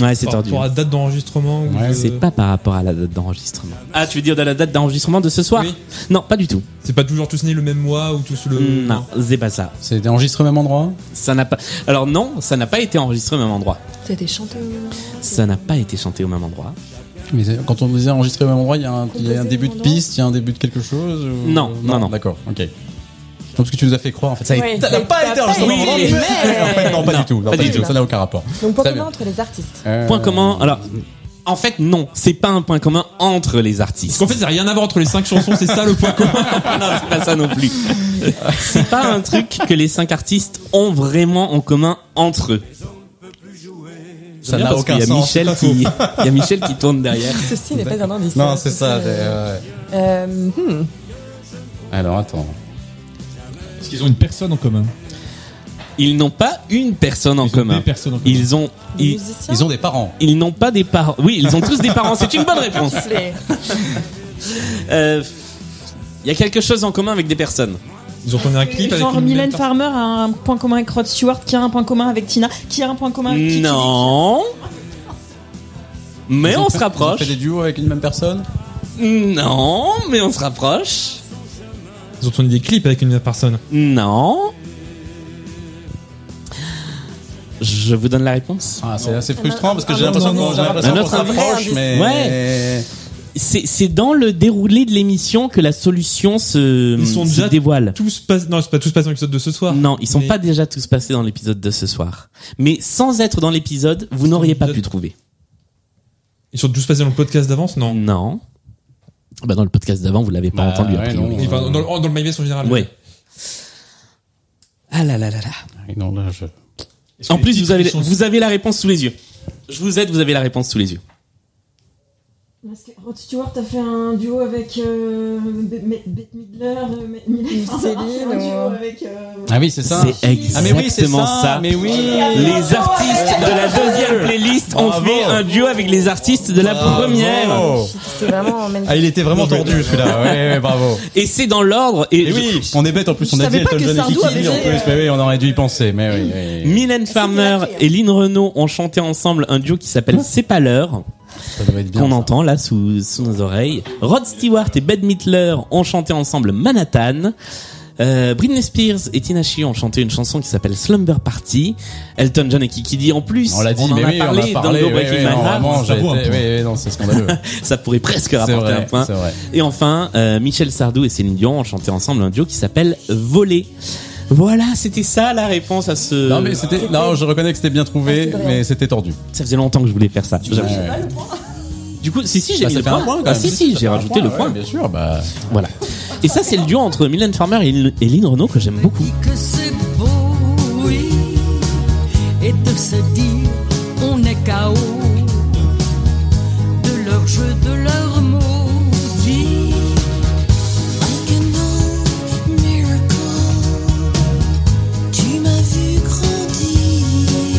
Speaker 2: Ouais, c'est
Speaker 8: Par
Speaker 2: tordu.
Speaker 8: rapport à date d'enregistrement ou de-
Speaker 2: C'est pas par rapport à la date d'enregistrement. Ah, tu veux dire de la date d'enregistrement de ce soir Non, pas du tout.
Speaker 8: C'est pas toujours tous nés le même mois ou tous le.
Speaker 2: Non, c'est pas ça.
Speaker 4: C'est enregistré au même endroit
Speaker 2: Ça n'a pas. Alors non, ça n'a pas été enregistré au même endroit.
Speaker 3: T'as des chanteurs.
Speaker 2: Ça n'a pas été chanté au même endroit.
Speaker 4: Mais euh, quand on disait enregistrer au même endroit, il y a un, il y a un début de piste, il y a un début de quelque chose ou-
Speaker 2: Non, non, non.
Speaker 4: D'accord, ok. Non, parce que tu nous as fait croire, en fait, ça
Speaker 3: Oui,
Speaker 4: n'a
Speaker 3: ça
Speaker 4: pas
Speaker 3: n'a
Speaker 4: été
Speaker 3: pas
Speaker 4: enregistré
Speaker 3: été,
Speaker 4: pendant
Speaker 3: mais-
Speaker 4: longtemps. En fait, non, pas
Speaker 2: Euh, Non,
Speaker 4: du tout. non,
Speaker 2: pas
Speaker 4: pas
Speaker 2: du
Speaker 4: du
Speaker 2: tout.
Speaker 4: tout. Ça n'a aucun rapport. Euh,
Speaker 3: Donc, point
Speaker 4: Très
Speaker 3: commun
Speaker 4: bien.
Speaker 3: entre les artistes.
Speaker 2: Point commun. Alors, en fait, non, c'est pas un point commun entre les artistes.
Speaker 8: En fait, ça n'a rien à voir entre les cinq chansons, c'est ça le point commun.
Speaker 2: non, c'est pas ça non plus. C'est pas un truc que les cinq artistes ont vraiment en commun entre eux.
Speaker 4: Ça
Speaker 2: Bien,
Speaker 4: n'a
Speaker 2: parce
Speaker 4: aucun
Speaker 2: qu'il y a
Speaker 4: sens.
Speaker 2: Michel qui- Il y a Michel qui tourne derrière.
Speaker 3: Ceci n'est pas un indice. hein,
Speaker 4: Non, c'est ça. j'ai- ouais.
Speaker 3: Euh, hmm.
Speaker 4: Alors, attends.
Speaker 7: Est-ce qu'ils ont une personne en commun
Speaker 2: Ils n'ont pas une personne en commun.
Speaker 7: personnes en commun.
Speaker 2: Ils ont
Speaker 3: Des
Speaker 2: ils,
Speaker 3: musiciens Ils
Speaker 4: ont des parents.
Speaker 2: Ils n'ont pas des parents. Oui, ils ont tous des parents. C'est une bonne réponse.
Speaker 3: Tous les-
Speaker 2: Euh, Il y a quelque chose en commun avec des personnes.
Speaker 8: Ils ont tourné un clip
Speaker 10: Genre Mylène Farmer a un point commun avec Rod Stewart, qui a un point commun avec Tina, qui a un point commun avec Kiki.
Speaker 2: Non. Mais
Speaker 4: Ils ont
Speaker 2: on
Speaker 4: fait-
Speaker 2: se rapproche.
Speaker 4: Ils ont fait des duos avec une même personne
Speaker 2: Non, mais on se rapproche.
Speaker 8: Ils ont tourné des clips avec une même personne.
Speaker 2: Non. Je vous donne la réponse.
Speaker 4: Ah, c'est assez frustrant parce que j'ai l'impression qu'on j'ai l'impression
Speaker 2: Un
Speaker 4: qu'on
Speaker 2: autre indice.
Speaker 4: s'approche, mais.
Speaker 2: Ouais. C'est c'est dans le déroulé de l'émission que la solution se,
Speaker 8: Ils sont
Speaker 2: se
Speaker 8: déjà
Speaker 2: dévoile.
Speaker 8: Tous passent. Non, c'est pas tous passés dans l'épisode de ce soir.
Speaker 2: Non, ils sont
Speaker 8: Mais-
Speaker 2: pas déjà tous passés dans l'épisode de ce soir. Mais sans être dans l'épisode, vous n'auriez pas pu trouver.
Speaker 8: Ils sont tous passés dans le podcast d'avance, non
Speaker 2: Non. Bah dans le podcast d'avant, vous l'avez pas
Speaker 4: Bah,
Speaker 2: entendu. a
Speaker 4: ouais,
Speaker 2: priori.
Speaker 4: non.
Speaker 8: Enfin, dans, le- dans le MyBest en général.
Speaker 2: Ouais.
Speaker 1: 哎
Speaker 2: Ah là là là là.
Speaker 4: Et Non, là, je.
Speaker 2: En plus, vous avez, vous avez la réponse sous les yeux. Je vous aide, vous avez la réponse sous les yeux.
Speaker 10: Parce que Rod Stewart a fait un duo avec euh, B- M- Bette Midler, euh, M- Mylène Farmer a fait un
Speaker 3: Céline,
Speaker 10: duo
Speaker 3: ou-
Speaker 10: avec. euh,
Speaker 4: Ah oui, c'est ça.
Speaker 2: C'est
Speaker 4: Ah, mais oui, c'est
Speaker 2: exactement ça.
Speaker 4: Mais oui.
Speaker 2: Les artistes de la deuxième playlist ont
Speaker 4: Bravo.
Speaker 2: fait un duo avec les artistes de la première.
Speaker 4: Bravo.
Speaker 3: C'est vraiment magnifique.
Speaker 4: Ah, il était vraiment tordu celui-là. Ouais, ouais, bravo.
Speaker 2: Et c'est dans l'ordre. Et,
Speaker 4: Et oui, on est bête en plus, on
Speaker 2: Je
Speaker 4: a dit
Speaker 2: savais pas
Speaker 4: Elton
Speaker 2: que
Speaker 4: John et
Speaker 2: Sardou
Speaker 4: Kiki en
Speaker 2: avait
Speaker 4: plus,
Speaker 2: fait, Mm. euh,
Speaker 4: mais oui, on aurait dû y penser, mais oui. oui.
Speaker 2: Mylène Farmer et Lynn Renault ont chanté ensemble un duo qui s'appelle C'est pas l'heure.
Speaker 4: Ça doit être bien.
Speaker 2: qu'on entend là sous, sous nos oreilles. Rod Stewart et Bette Midler ont chanté ensemble Manhattan. Euh, Britney Spears et Tina Chi ont chanté une chanson qui s'appelle Slumber Party. Elton John et Kiki Dee en plus.
Speaker 4: On l'a dit,
Speaker 2: en
Speaker 4: mais
Speaker 2: a
Speaker 4: oui, on
Speaker 2: parlé
Speaker 4: a parlé.
Speaker 2: dans
Speaker 4: oui,
Speaker 2: le Breaking
Speaker 4: oui,
Speaker 2: My
Speaker 4: non,
Speaker 2: Heart.
Speaker 4: vraiment, j'ai
Speaker 2: Ça
Speaker 4: été-
Speaker 2: vaut un point. Ah,
Speaker 4: oui, oui, non, c'est scandaleux.
Speaker 2: Ça pourrait presque
Speaker 4: C'est
Speaker 2: rapporter
Speaker 4: vrai,
Speaker 2: un point.
Speaker 4: c'est vrai.
Speaker 2: Et enfin, euh, Michel Sardou et Céline Dion ont chanté ensemble un duo qui s'appelle Voler. Voilà, c'était ça la réponse à ce.
Speaker 4: Non, mais c'était, non, je reconnais que c'était bien trouvé,
Speaker 3: Ah, c'est vrai.
Speaker 4: mais c'était tordu.
Speaker 2: Ça faisait longtemps que je voulais faire ça. j'avoue.
Speaker 4: Ouais.
Speaker 2: Du coup, si si, j'ai
Speaker 4: Bah,
Speaker 2: mis
Speaker 4: ça
Speaker 2: le
Speaker 4: fait un
Speaker 2: point.
Speaker 4: point, quand
Speaker 2: Ah,
Speaker 4: même.
Speaker 2: si si,
Speaker 4: Ça fait
Speaker 2: j'ai
Speaker 4: un
Speaker 2: rajouté le
Speaker 4: ouais,
Speaker 2: point.
Speaker 4: Bien sûr, bah.
Speaker 2: Voilà. Et ça, c'est le duo entre Mylène Farmer et Lynn- et Lynn Renault que j'aime beaucoup.
Speaker 5: que c'est beau, oui, et de se dire on est KO, de leur jeu, de leurs mots, dit
Speaker 16: Like an old miracle, tu m'as vu grandir.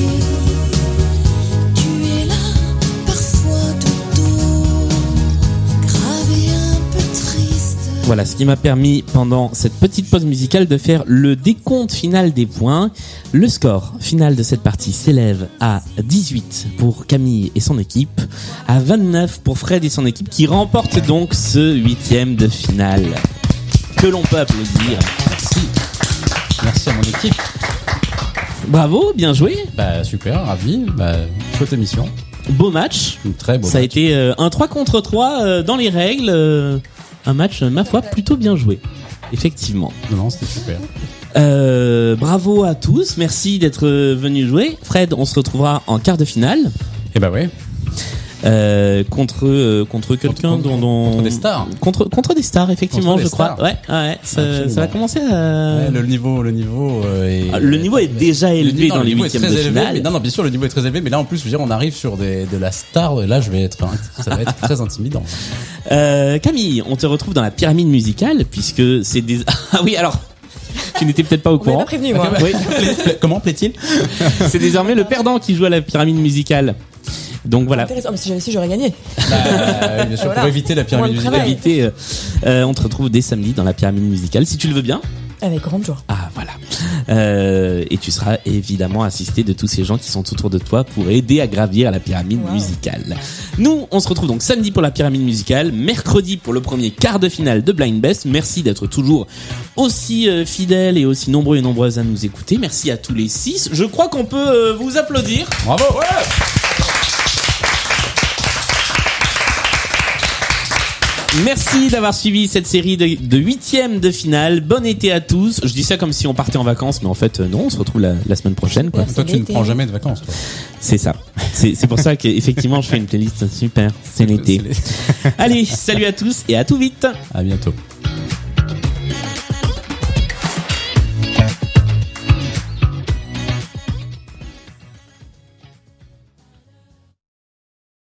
Speaker 16: Tu es là, parfois de dos, grave et un peu triste.
Speaker 2: Voilà, ce qui m'a permis pendant cette petite pause musicale de faire le décompte final des points. Le score final de cette partie s'élève à 18 pour Camille et son équipe, à 29 pour Fred et son équipe qui remportent donc ce huitième de finale. Que l'on peut applaudir.
Speaker 4: Merci. Merci à mon équipe.
Speaker 2: Bravo, bien joué.
Speaker 4: Bah, super, ravi. Bah, chouette émission.
Speaker 2: Beau match.
Speaker 4: Très beau.
Speaker 2: Ça a
Speaker 4: match.
Speaker 2: été euh, un 3 contre 3 euh, dans les règles. euh, un match, euh, ma foi, plutôt bien joué. Effectivement.
Speaker 4: Non, c'était super.
Speaker 2: Euh, bravo à tous. Merci d'être euh, venus jouer. Fred, on se retrouvera en quart de finale.
Speaker 4: Et bah, ouais.
Speaker 2: euh, contre euh, contre quelqu'un
Speaker 4: contre-
Speaker 2: dont, dont-
Speaker 4: contre des stars.
Speaker 2: contre contre des stars effectivement
Speaker 4: Contre des
Speaker 2: je crois
Speaker 4: stars.
Speaker 2: ouais ouais ça,
Speaker 4: Absolument.
Speaker 2: ça va commencer à...
Speaker 4: Ouais, le niveau, le niveau euh, est.
Speaker 2: Ah, le niveau est déjà
Speaker 4: Le
Speaker 2: élevé
Speaker 4: niveau- non,
Speaker 2: dans
Speaker 4: le
Speaker 2: les
Speaker 4: niveau est
Speaker 2: huitièmes de
Speaker 4: très élevé,
Speaker 2: finale
Speaker 4: mais non, non, bien sûr, le niveau est très élevé, mais là, en plus, je veux dire, on arrive sur des, de la star, et là, je vais être, ça va être très intimidant.
Speaker 2: Euh, Camille on te retrouve dans la pyramide musicale puisque c'est des ah oui alors tu n'étais peut-être pas au
Speaker 3: On m'avait
Speaker 2: courant
Speaker 3: pas prévenu,
Speaker 4: hein.
Speaker 3: moi.
Speaker 2: Oui.
Speaker 4: Comment plaît-il?
Speaker 2: C'est désormais le perdant qui joue à la pyramide musicale. Donc voilà.
Speaker 3: Intéressant. Ah, mais si j'avais su, j'aurais gagné.
Speaker 4: Euh, bien sûr,
Speaker 3: Voilà.
Speaker 4: pour éviter la pyramide
Speaker 3: Moins de
Speaker 4: musicale.
Speaker 2: Pour éviter, euh, euh, on te retrouve dès samedi dans la pyramide musicale, si tu le veux bien.
Speaker 3: Avec grande joie.
Speaker 2: Ah voilà. Euh, et tu seras évidemment assisté de tous ces gens qui sont autour de toi pour aider à gravir la pyramide musicale. Nous, on se retrouve donc samedi pour la pyramide musicale, mercredi pour le premier quart de finale de Blind Best. Merci d'être toujours aussi euh, fidèles et aussi nombreux et nombreuses à nous écouter. Merci à tous les six. Je crois qu'on peut euh, vous applaudir.
Speaker 4: Bravo, ouais!
Speaker 2: Merci d'avoir suivi cette série de, de huitièmes de finale. Bon été à tous. Je dis ça comme si on partait en vacances, mais en fait, euh, non, on se retrouve la, la semaine prochaine. Quoi.
Speaker 4: Toi, tu ne prends jamais de vacances, toi.
Speaker 2: C'est ça. C'est c'est pour ça qu'effectivement, je fais une playlist super. C'est l'été. Allez, salut à tous et à tout vite.
Speaker 4: À bientôt.